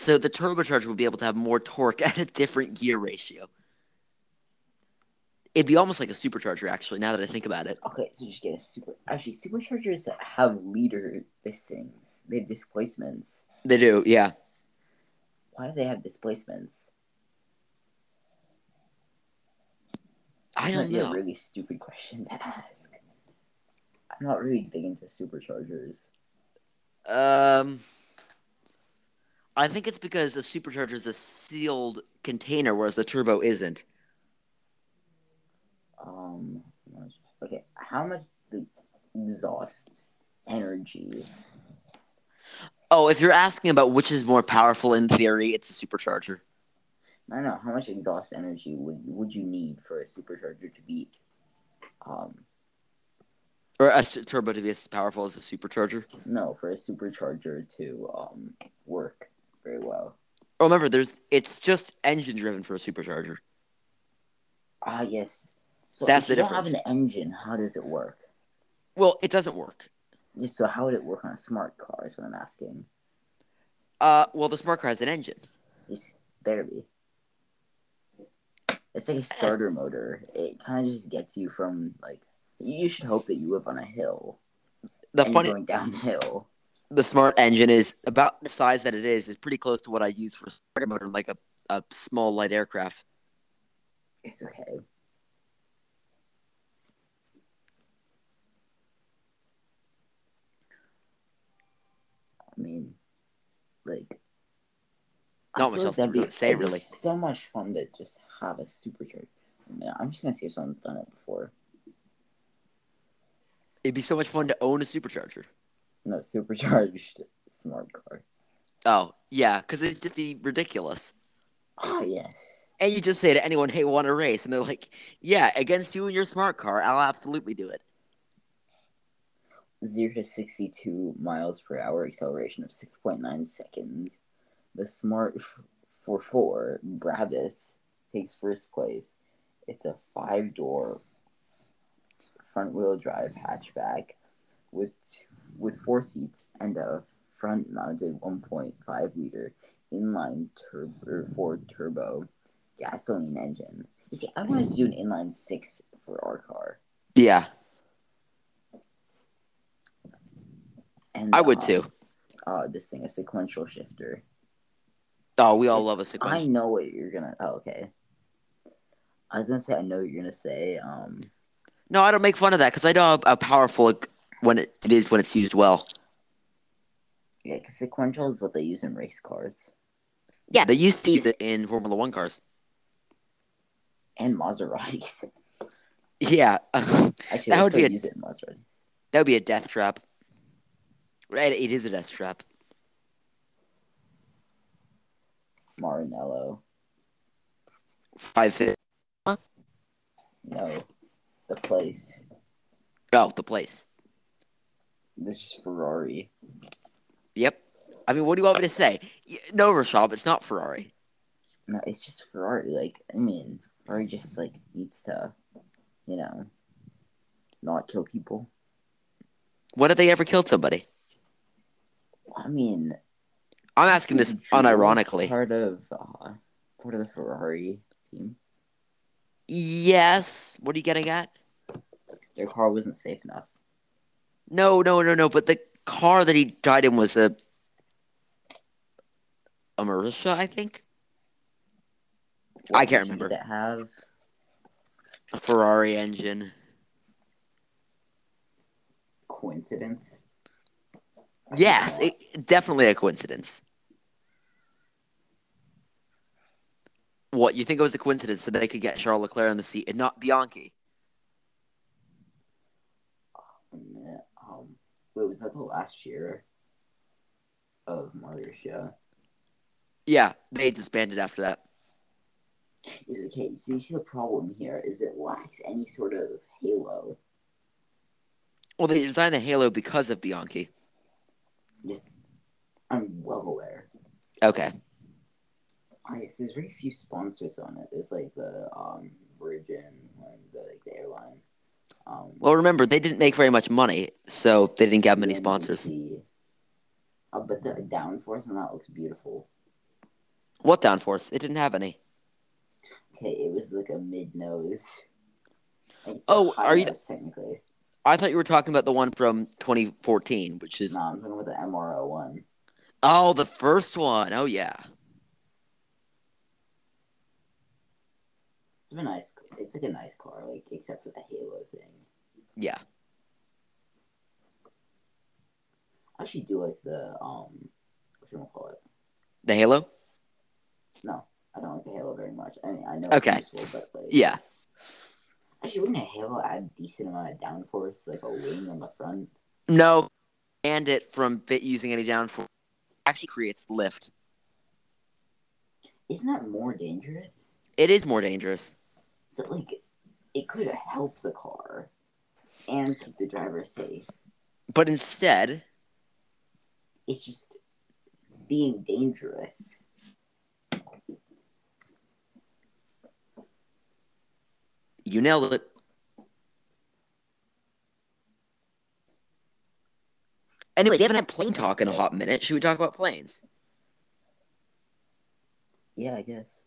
[SPEAKER 2] So the turbocharger would be able to have more torque at a different gear ratio. It'd be almost like a supercharger, actually, now that I think about it.
[SPEAKER 1] Okay, so just get a super. Actually, superchargers have leader these things. They have displacements.
[SPEAKER 2] They do, yeah.
[SPEAKER 1] Why do they have displacements?
[SPEAKER 2] I
[SPEAKER 1] This
[SPEAKER 2] don't
[SPEAKER 1] might be a
[SPEAKER 2] know.
[SPEAKER 1] really stupid question to ask. I'm not really big into superchargers.
[SPEAKER 2] Um, I think it's because the supercharger is a sealed container, whereas the turbo isn't.
[SPEAKER 1] Um, much- okay, how much the exhaust energy?
[SPEAKER 2] Oh, if you're asking about which is more powerful in theory, it's a supercharger.
[SPEAKER 1] I don't know how much exhaust energy would would you need for a supercharger to be, um,
[SPEAKER 2] Or a su- turbo to be as powerful as a supercharger.
[SPEAKER 1] no, for a supercharger to um work very well.
[SPEAKER 2] Oh, remember, there's it's just engine driven for a supercharger.
[SPEAKER 1] Ah, yes. So
[SPEAKER 2] That's
[SPEAKER 1] if
[SPEAKER 2] the
[SPEAKER 1] you don't have an
[SPEAKER 2] difference.
[SPEAKER 1] engine, how does it work?
[SPEAKER 2] Well, it doesn't work.
[SPEAKER 1] Just so how would it work on a smart car is what I'm asking.
[SPEAKER 2] Uh, well, the smart car has an engine.
[SPEAKER 1] It's barely. It's like a starter motor. It kind of just gets you from like you should hope that you live on a hill.
[SPEAKER 2] The
[SPEAKER 1] and you're
[SPEAKER 2] funny,
[SPEAKER 1] going downhill.
[SPEAKER 2] the smart engine is about the size that it is. is pretty close to what I use for a starter motor, like a, a small light aircraft.
[SPEAKER 1] It's okay. I mean, like, I
[SPEAKER 2] Not
[SPEAKER 1] feel
[SPEAKER 2] much
[SPEAKER 1] like
[SPEAKER 2] else to
[SPEAKER 1] that'd be-
[SPEAKER 2] really say,
[SPEAKER 1] it'd be
[SPEAKER 2] really.
[SPEAKER 1] So much fun to just have a supercharger. Man, I'm just gonna see if someone's done it before.
[SPEAKER 2] It'd be so much fun to own a supercharger.
[SPEAKER 1] No, supercharged smart car.
[SPEAKER 2] Oh, yeah, because it'd just be ridiculous.
[SPEAKER 1] Ah, yes.
[SPEAKER 2] And you just say to anyone, hey, want to race? And they're like, yeah, against you and your smart car, I'll absolutely do it.
[SPEAKER 1] zero to 62 miles per hour acceleration of 6.9 seconds. The Smart f- 44 Brabus takes first place. It's a five door front wheel drive hatchback with two, with four seats and a front mounted 1.5 liter inline turbo Ford turbo gasoline engine. You see, I wanted to do an inline six for our car.
[SPEAKER 2] Yeah,
[SPEAKER 1] And
[SPEAKER 2] I would
[SPEAKER 1] uh,
[SPEAKER 2] too.
[SPEAKER 1] uh, this thing, a sequential shifter.
[SPEAKER 2] Oh, we all
[SPEAKER 1] it's-
[SPEAKER 2] love a
[SPEAKER 1] I
[SPEAKER 2] sequential.
[SPEAKER 1] know what you're gonna. Oh, okay. I was gonna say I know what you're gonna say. Um,
[SPEAKER 2] No, I don't make fun of that because I know how, how powerful it, when it, it is when it's used well.
[SPEAKER 1] yeah, 'cause sequential is what they use in race cars
[SPEAKER 2] Yeah, they used to use it in Formula One cars.
[SPEAKER 1] and Maseratis.
[SPEAKER 2] Yeah, that
[SPEAKER 1] Actually,
[SPEAKER 2] That
[SPEAKER 1] they
[SPEAKER 2] would
[SPEAKER 1] still
[SPEAKER 2] be a-
[SPEAKER 1] use it in Maseratis.
[SPEAKER 2] would be a death trap. Right, it is a death trap.
[SPEAKER 1] Maranello.
[SPEAKER 2] Five fifty.
[SPEAKER 1] No, the place.
[SPEAKER 2] Oh, the place.
[SPEAKER 1] This is Ferrari.
[SPEAKER 2] Yep. I mean, what do you want me to say? Y- No, Rashab, it's not Ferrari.
[SPEAKER 1] No, it's just Ferrari. Like, I mean, Ferrari just like needs to, you know, not kill people.
[SPEAKER 2] When have they ever killed somebody?
[SPEAKER 1] I mean,
[SPEAKER 2] I'm asking this
[SPEAKER 1] Jules
[SPEAKER 2] unironically.
[SPEAKER 1] Part of uh, part of the Ferrari team.
[SPEAKER 2] Yes. What are you getting at?
[SPEAKER 1] Their car wasn't safe enough.
[SPEAKER 2] No, no, no, no. But the car that he died in was a a Marisha, I think. I
[SPEAKER 1] engine
[SPEAKER 2] can't remember.
[SPEAKER 1] Did it have?
[SPEAKER 2] A Ferrari engine.
[SPEAKER 1] Coincidence.
[SPEAKER 2] Yes, it, definitely a coincidence. What you think it was a coincidence so they could get Charles Leclerc on the seat and not Bianchi?
[SPEAKER 1] Um, um, wait, was that the last year of Marisha?
[SPEAKER 2] Yeah, they disbanded after that.
[SPEAKER 1] It's okay. So you see, the problem here is it lacks any sort of halo.
[SPEAKER 2] Well, they designed the Halo because of Bianchi.
[SPEAKER 1] Yes, I'm well aware.
[SPEAKER 2] Okay.
[SPEAKER 1] Ah, yes, there's very few sponsors on it. There's like the um, Virgin, and the, like the airline. Um,
[SPEAKER 2] Well, remember they didn't make very much money, so they didn't get many
[SPEAKER 1] CNBC.
[SPEAKER 2] sponsors.
[SPEAKER 1] Uh, but the downforce on that looks beautiful.
[SPEAKER 2] What downforce? It didn't have any.
[SPEAKER 1] Okay, it was like a mid nose.
[SPEAKER 2] Oh, are you-
[SPEAKER 1] technically?
[SPEAKER 2] I thought you were talking about the one from 2014, which is
[SPEAKER 1] No, I'm talking about the MRO one.
[SPEAKER 2] oh the first one. Oh yeah.
[SPEAKER 1] It's been nice. It's like a nice car, like except for the Halo thing.
[SPEAKER 2] Yeah.
[SPEAKER 1] I actually do like the um, what you call it?
[SPEAKER 2] The Halo?
[SPEAKER 1] No, I don't like the Halo very much. I mean, I know
[SPEAKER 2] Okay.
[SPEAKER 1] it's useful, but like,
[SPEAKER 2] Yeah.
[SPEAKER 1] Actually, wouldn't a Halo add a decent amount of downforce, like a wing on the front?
[SPEAKER 2] No. And it from bit using any downforce actually creates lift.
[SPEAKER 1] Isn't that more dangerous?
[SPEAKER 2] It is more dangerous.
[SPEAKER 1] So like, it could help the car, and keep the driver safe.
[SPEAKER 2] But instead,
[SPEAKER 1] It's just being dangerous.
[SPEAKER 2] you nailed it. Anyway, we haven't had plane talk in a hot minute. Should we talk about planes?
[SPEAKER 1] Yeah, I guess.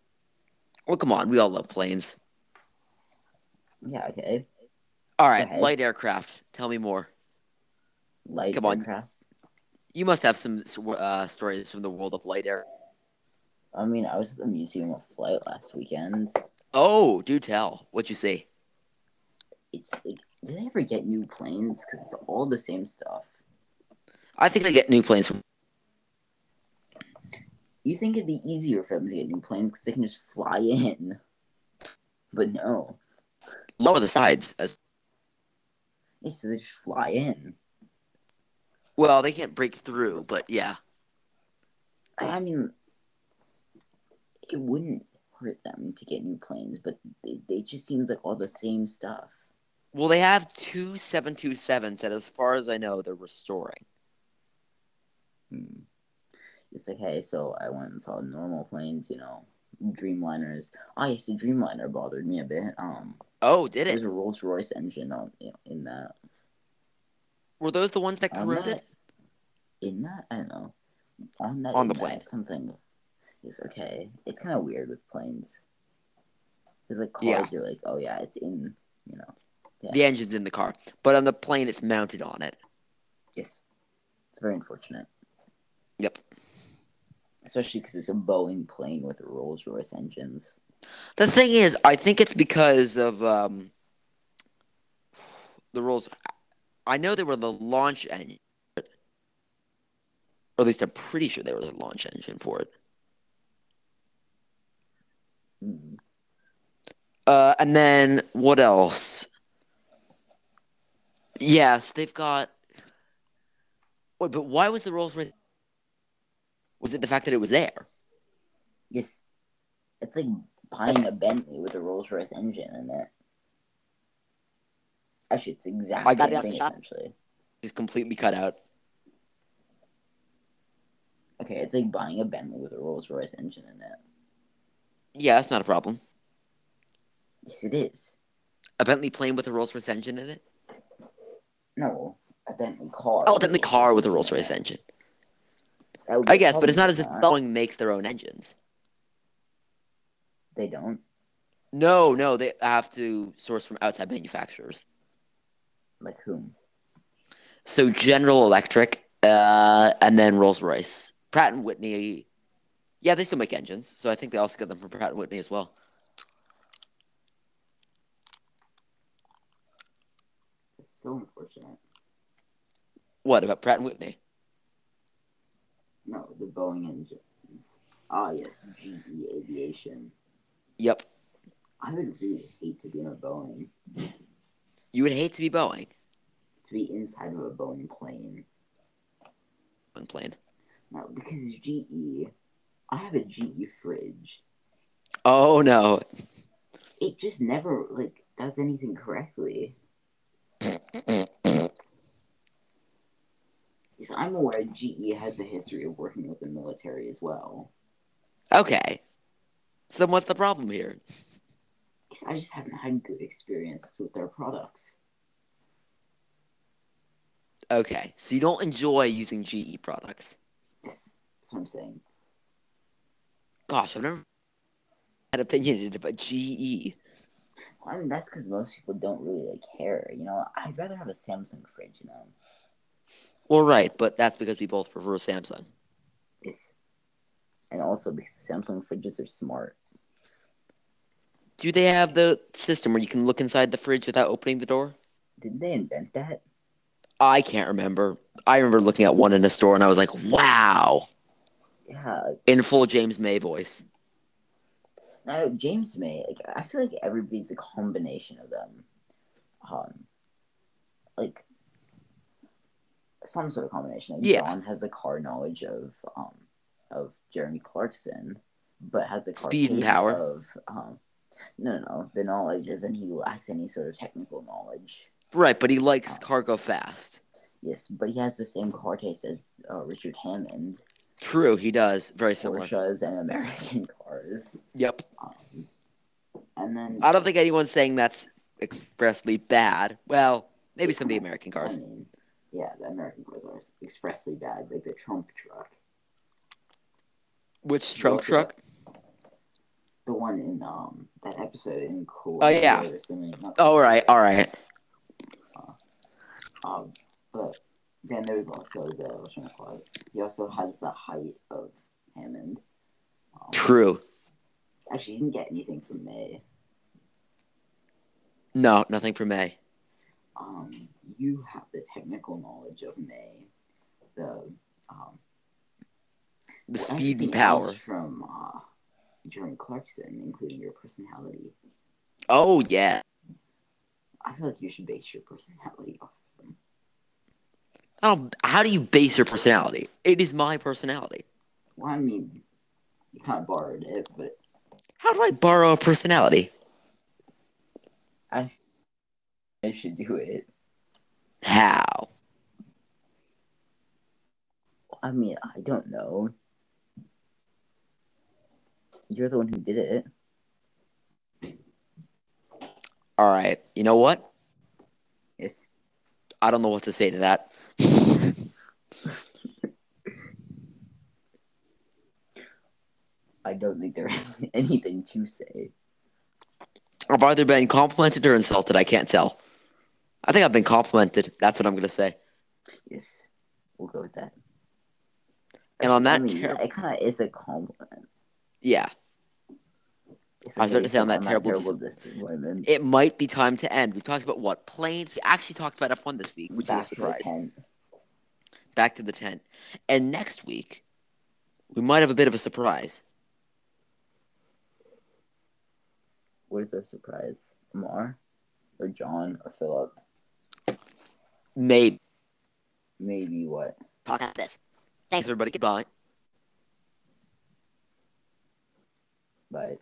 [SPEAKER 2] Well, come on. We all love planes.
[SPEAKER 1] Yeah. Okay.
[SPEAKER 2] All right,
[SPEAKER 1] Okay.
[SPEAKER 2] light aircraft. Tell me more.
[SPEAKER 1] Like
[SPEAKER 2] Come on.
[SPEAKER 1] aircraft.
[SPEAKER 2] You must have some uh, stories from the world of light air.
[SPEAKER 1] I mean, I was at the Museum of Flight last weekend.
[SPEAKER 2] Oh, do tell. What you see?
[SPEAKER 1] It's like, did they ever get new planes? Because it's all the same stuff.
[SPEAKER 2] I think they get new planes. From-
[SPEAKER 1] You think it'd be easier for them to get new planes because they can just fly in, but no.
[SPEAKER 2] Lower the sides as
[SPEAKER 1] It's so they just fly in.
[SPEAKER 2] well. They can't break through, but yeah.
[SPEAKER 1] I mean, it wouldn't hurt them to get new planes, but they, they just seems like all the same stuff.
[SPEAKER 2] Well, they have two seven two sevens that, as far as I know, they're restoring.
[SPEAKER 1] Hmm. It's like, hey, so I went and saw normal planes, you know, Dreamliners. Oh, yes, the Dreamliner bothered me a bit. Um,
[SPEAKER 2] Oh, did
[SPEAKER 1] there's
[SPEAKER 2] it?
[SPEAKER 1] a Rolls Royce engine on in, in that.
[SPEAKER 2] Were those the ones that
[SPEAKER 1] I'm
[SPEAKER 2] corroded?
[SPEAKER 1] not- in that I don't know on that
[SPEAKER 2] On the
[SPEAKER 1] in that,
[SPEAKER 2] plane.
[SPEAKER 1] something is okay. It's kind of weird with planes because like
[SPEAKER 2] Yeah.
[SPEAKER 1] cars are like oh yeah it's in you know Yeah.
[SPEAKER 2] The engine's in the car, but on the plane, it's mounted on it.
[SPEAKER 1] yes it's very unfortunate
[SPEAKER 2] Yep.
[SPEAKER 1] especially because it's a Boeing plane with Rolls Royce engines.
[SPEAKER 2] The thing is, I think it's because of um, the rules. I know they were the launch engine, or at least I'm pretty sure they were the launch engine for it.
[SPEAKER 1] Mm.
[SPEAKER 2] Uh, and then what else? Yes, they've got. Wait, but why was the Rolls Royce? Was it the fact that it was there?
[SPEAKER 1] Yes, it's like buying a Bentley with a Rolls Royce engine in it. Actually, it's the exact
[SPEAKER 2] I got
[SPEAKER 1] same
[SPEAKER 2] it off the
[SPEAKER 1] thing
[SPEAKER 2] shop.
[SPEAKER 1] essentially.
[SPEAKER 2] Just completely cut out.
[SPEAKER 1] Okay, it's like buying a Bentley with a Rolls Royce engine in it.
[SPEAKER 2] Yeah, that's not a problem.
[SPEAKER 1] Yes, it is.
[SPEAKER 2] A Bentley plane with a Rolls Royce engine in it.
[SPEAKER 1] No, a Bentley car.
[SPEAKER 2] Oh, then the car with a Rolls Royce engine.
[SPEAKER 1] That would be
[SPEAKER 2] I guess, but it's
[SPEAKER 1] probably
[SPEAKER 2] not as if Boeing makes their own engines.
[SPEAKER 1] They don't.
[SPEAKER 2] No, no, they have to source from outside manufacturers.
[SPEAKER 1] Like whom?
[SPEAKER 2] So General Electric, uh, and then Rolls Royce, Pratt and Whitney. Yeah, they still make engines, so I think they also get them from Pratt and Whitney as well.
[SPEAKER 1] It's so unfortunate.
[SPEAKER 2] What about Pratt and Whitney?
[SPEAKER 1] No, the Boeing engines. Ah, yes, GE Aviation.
[SPEAKER 2] Yep,
[SPEAKER 1] I would really hate to be in a Boeing,
[SPEAKER 2] you would hate to be Boeing
[SPEAKER 1] to be inside of a Boeing plane.
[SPEAKER 2] on plane.
[SPEAKER 1] No, because GE. I have a GE fridge.
[SPEAKER 2] Oh no,
[SPEAKER 1] It just never like does anything correctly. So I'm aware GE has a history of working with the military as well.
[SPEAKER 2] okay. So then what's the problem here?
[SPEAKER 1] is I just haven't had good experiences with their products.
[SPEAKER 2] Okay, so you don't enjoy using GE E products.
[SPEAKER 1] Yes, that's what I'm saying.
[SPEAKER 2] Gosh, I've never had opinionated about E. GE.
[SPEAKER 1] Well, I mean, that's because most people don't really like hair. You know, I'd rather have a Samsung fridge. You know,
[SPEAKER 2] Well, right, but that's because we both prefer Samsung.
[SPEAKER 1] this, and also because Samsung fridges are smart.
[SPEAKER 2] Do they have the system where you can look inside the fridge without opening the door?
[SPEAKER 1] Didn't they invent that?
[SPEAKER 2] I can't remember. I remember looking at one in a store and I was like, wow,
[SPEAKER 1] Yeah,
[SPEAKER 2] in full James May voice.
[SPEAKER 1] Now James May, like I feel like everybody's a combination of them, um, like some sort of combination. Like
[SPEAKER 2] Yeah.
[SPEAKER 1] John has the car knowledge of um of Jeremy Clarkson, but has the car
[SPEAKER 2] Speed and
[SPEAKER 1] taste
[SPEAKER 2] power.
[SPEAKER 1] of um. No, no, no, the knowledge is, and he lacks any sort of technical knowledge.
[SPEAKER 2] Right, but he likes cargo fast.
[SPEAKER 1] Yes, but he has the same car taste as uh, Richard Hammond,
[SPEAKER 2] True, he does. Very similar.
[SPEAKER 1] Porsches, and American cars.
[SPEAKER 2] Yep.
[SPEAKER 1] Um, and then
[SPEAKER 2] I don't think anyone's saying that's expressly bad. Well, maybe some of the American
[SPEAKER 1] I
[SPEAKER 2] cars.
[SPEAKER 1] mean, yeah, the American cars are expressly bad, like the Trump truck,
[SPEAKER 2] Which Trump truck?
[SPEAKER 1] the one in um that episode in Cool.
[SPEAKER 2] Oh, yeah. All right, all right. Oh.
[SPEAKER 1] Um, but then there's also the what should I call it? He also has the height of Hammond. Um,
[SPEAKER 2] True.
[SPEAKER 1] actually, you didn't get anything from May.
[SPEAKER 2] No, nothing for May.
[SPEAKER 1] Um, you have the technical knowledge of May. The um, well,
[SPEAKER 2] The speed and
[SPEAKER 1] everything else
[SPEAKER 2] power.
[SPEAKER 1] from uh, Jeremy Clarkson, including your personality.
[SPEAKER 2] Oh, yeah.
[SPEAKER 1] I feel like you should base your personality off of them.
[SPEAKER 2] I don't, how do you base your personality? It is my personality.
[SPEAKER 1] Well, I mean, you kind of borrowed it, but
[SPEAKER 2] How do I borrow a personality?
[SPEAKER 1] I, I should do it.
[SPEAKER 2] How?
[SPEAKER 1] I mean, I don't know. You're the one who did it.
[SPEAKER 2] All right. You know what?
[SPEAKER 1] Yes.
[SPEAKER 2] I don't know what to say to that.
[SPEAKER 1] I don't think there is anything to say.
[SPEAKER 2] I've either been complimented or insulted. I can't tell. I think I've been complimented. That's what I'm going to say.
[SPEAKER 1] Yes. We'll go with that.
[SPEAKER 2] And on
[SPEAKER 1] I
[SPEAKER 2] that
[SPEAKER 1] mean, yeah,
[SPEAKER 2] terrible.
[SPEAKER 1] it kind of is a compliment.
[SPEAKER 2] Yeah.
[SPEAKER 1] It's
[SPEAKER 2] I was
[SPEAKER 1] like
[SPEAKER 2] about to
[SPEAKER 1] a-
[SPEAKER 2] say on that terrible
[SPEAKER 1] terrible disappointment.
[SPEAKER 2] It might be time to end. We talked about what? Planes. We actually talked about F1 this week, which
[SPEAKER 1] Back
[SPEAKER 2] is a
[SPEAKER 1] to the
[SPEAKER 2] surprise.
[SPEAKER 1] tent.
[SPEAKER 2] Back to the tent. And next week, we might have a bit of a surprise.
[SPEAKER 1] What is our surprise? Mar? Or John? Or Philip?
[SPEAKER 2] Maybe.
[SPEAKER 1] Maybe what?
[SPEAKER 3] Talk about this.
[SPEAKER 2] Thanks, everybody. Goodbye.
[SPEAKER 1] But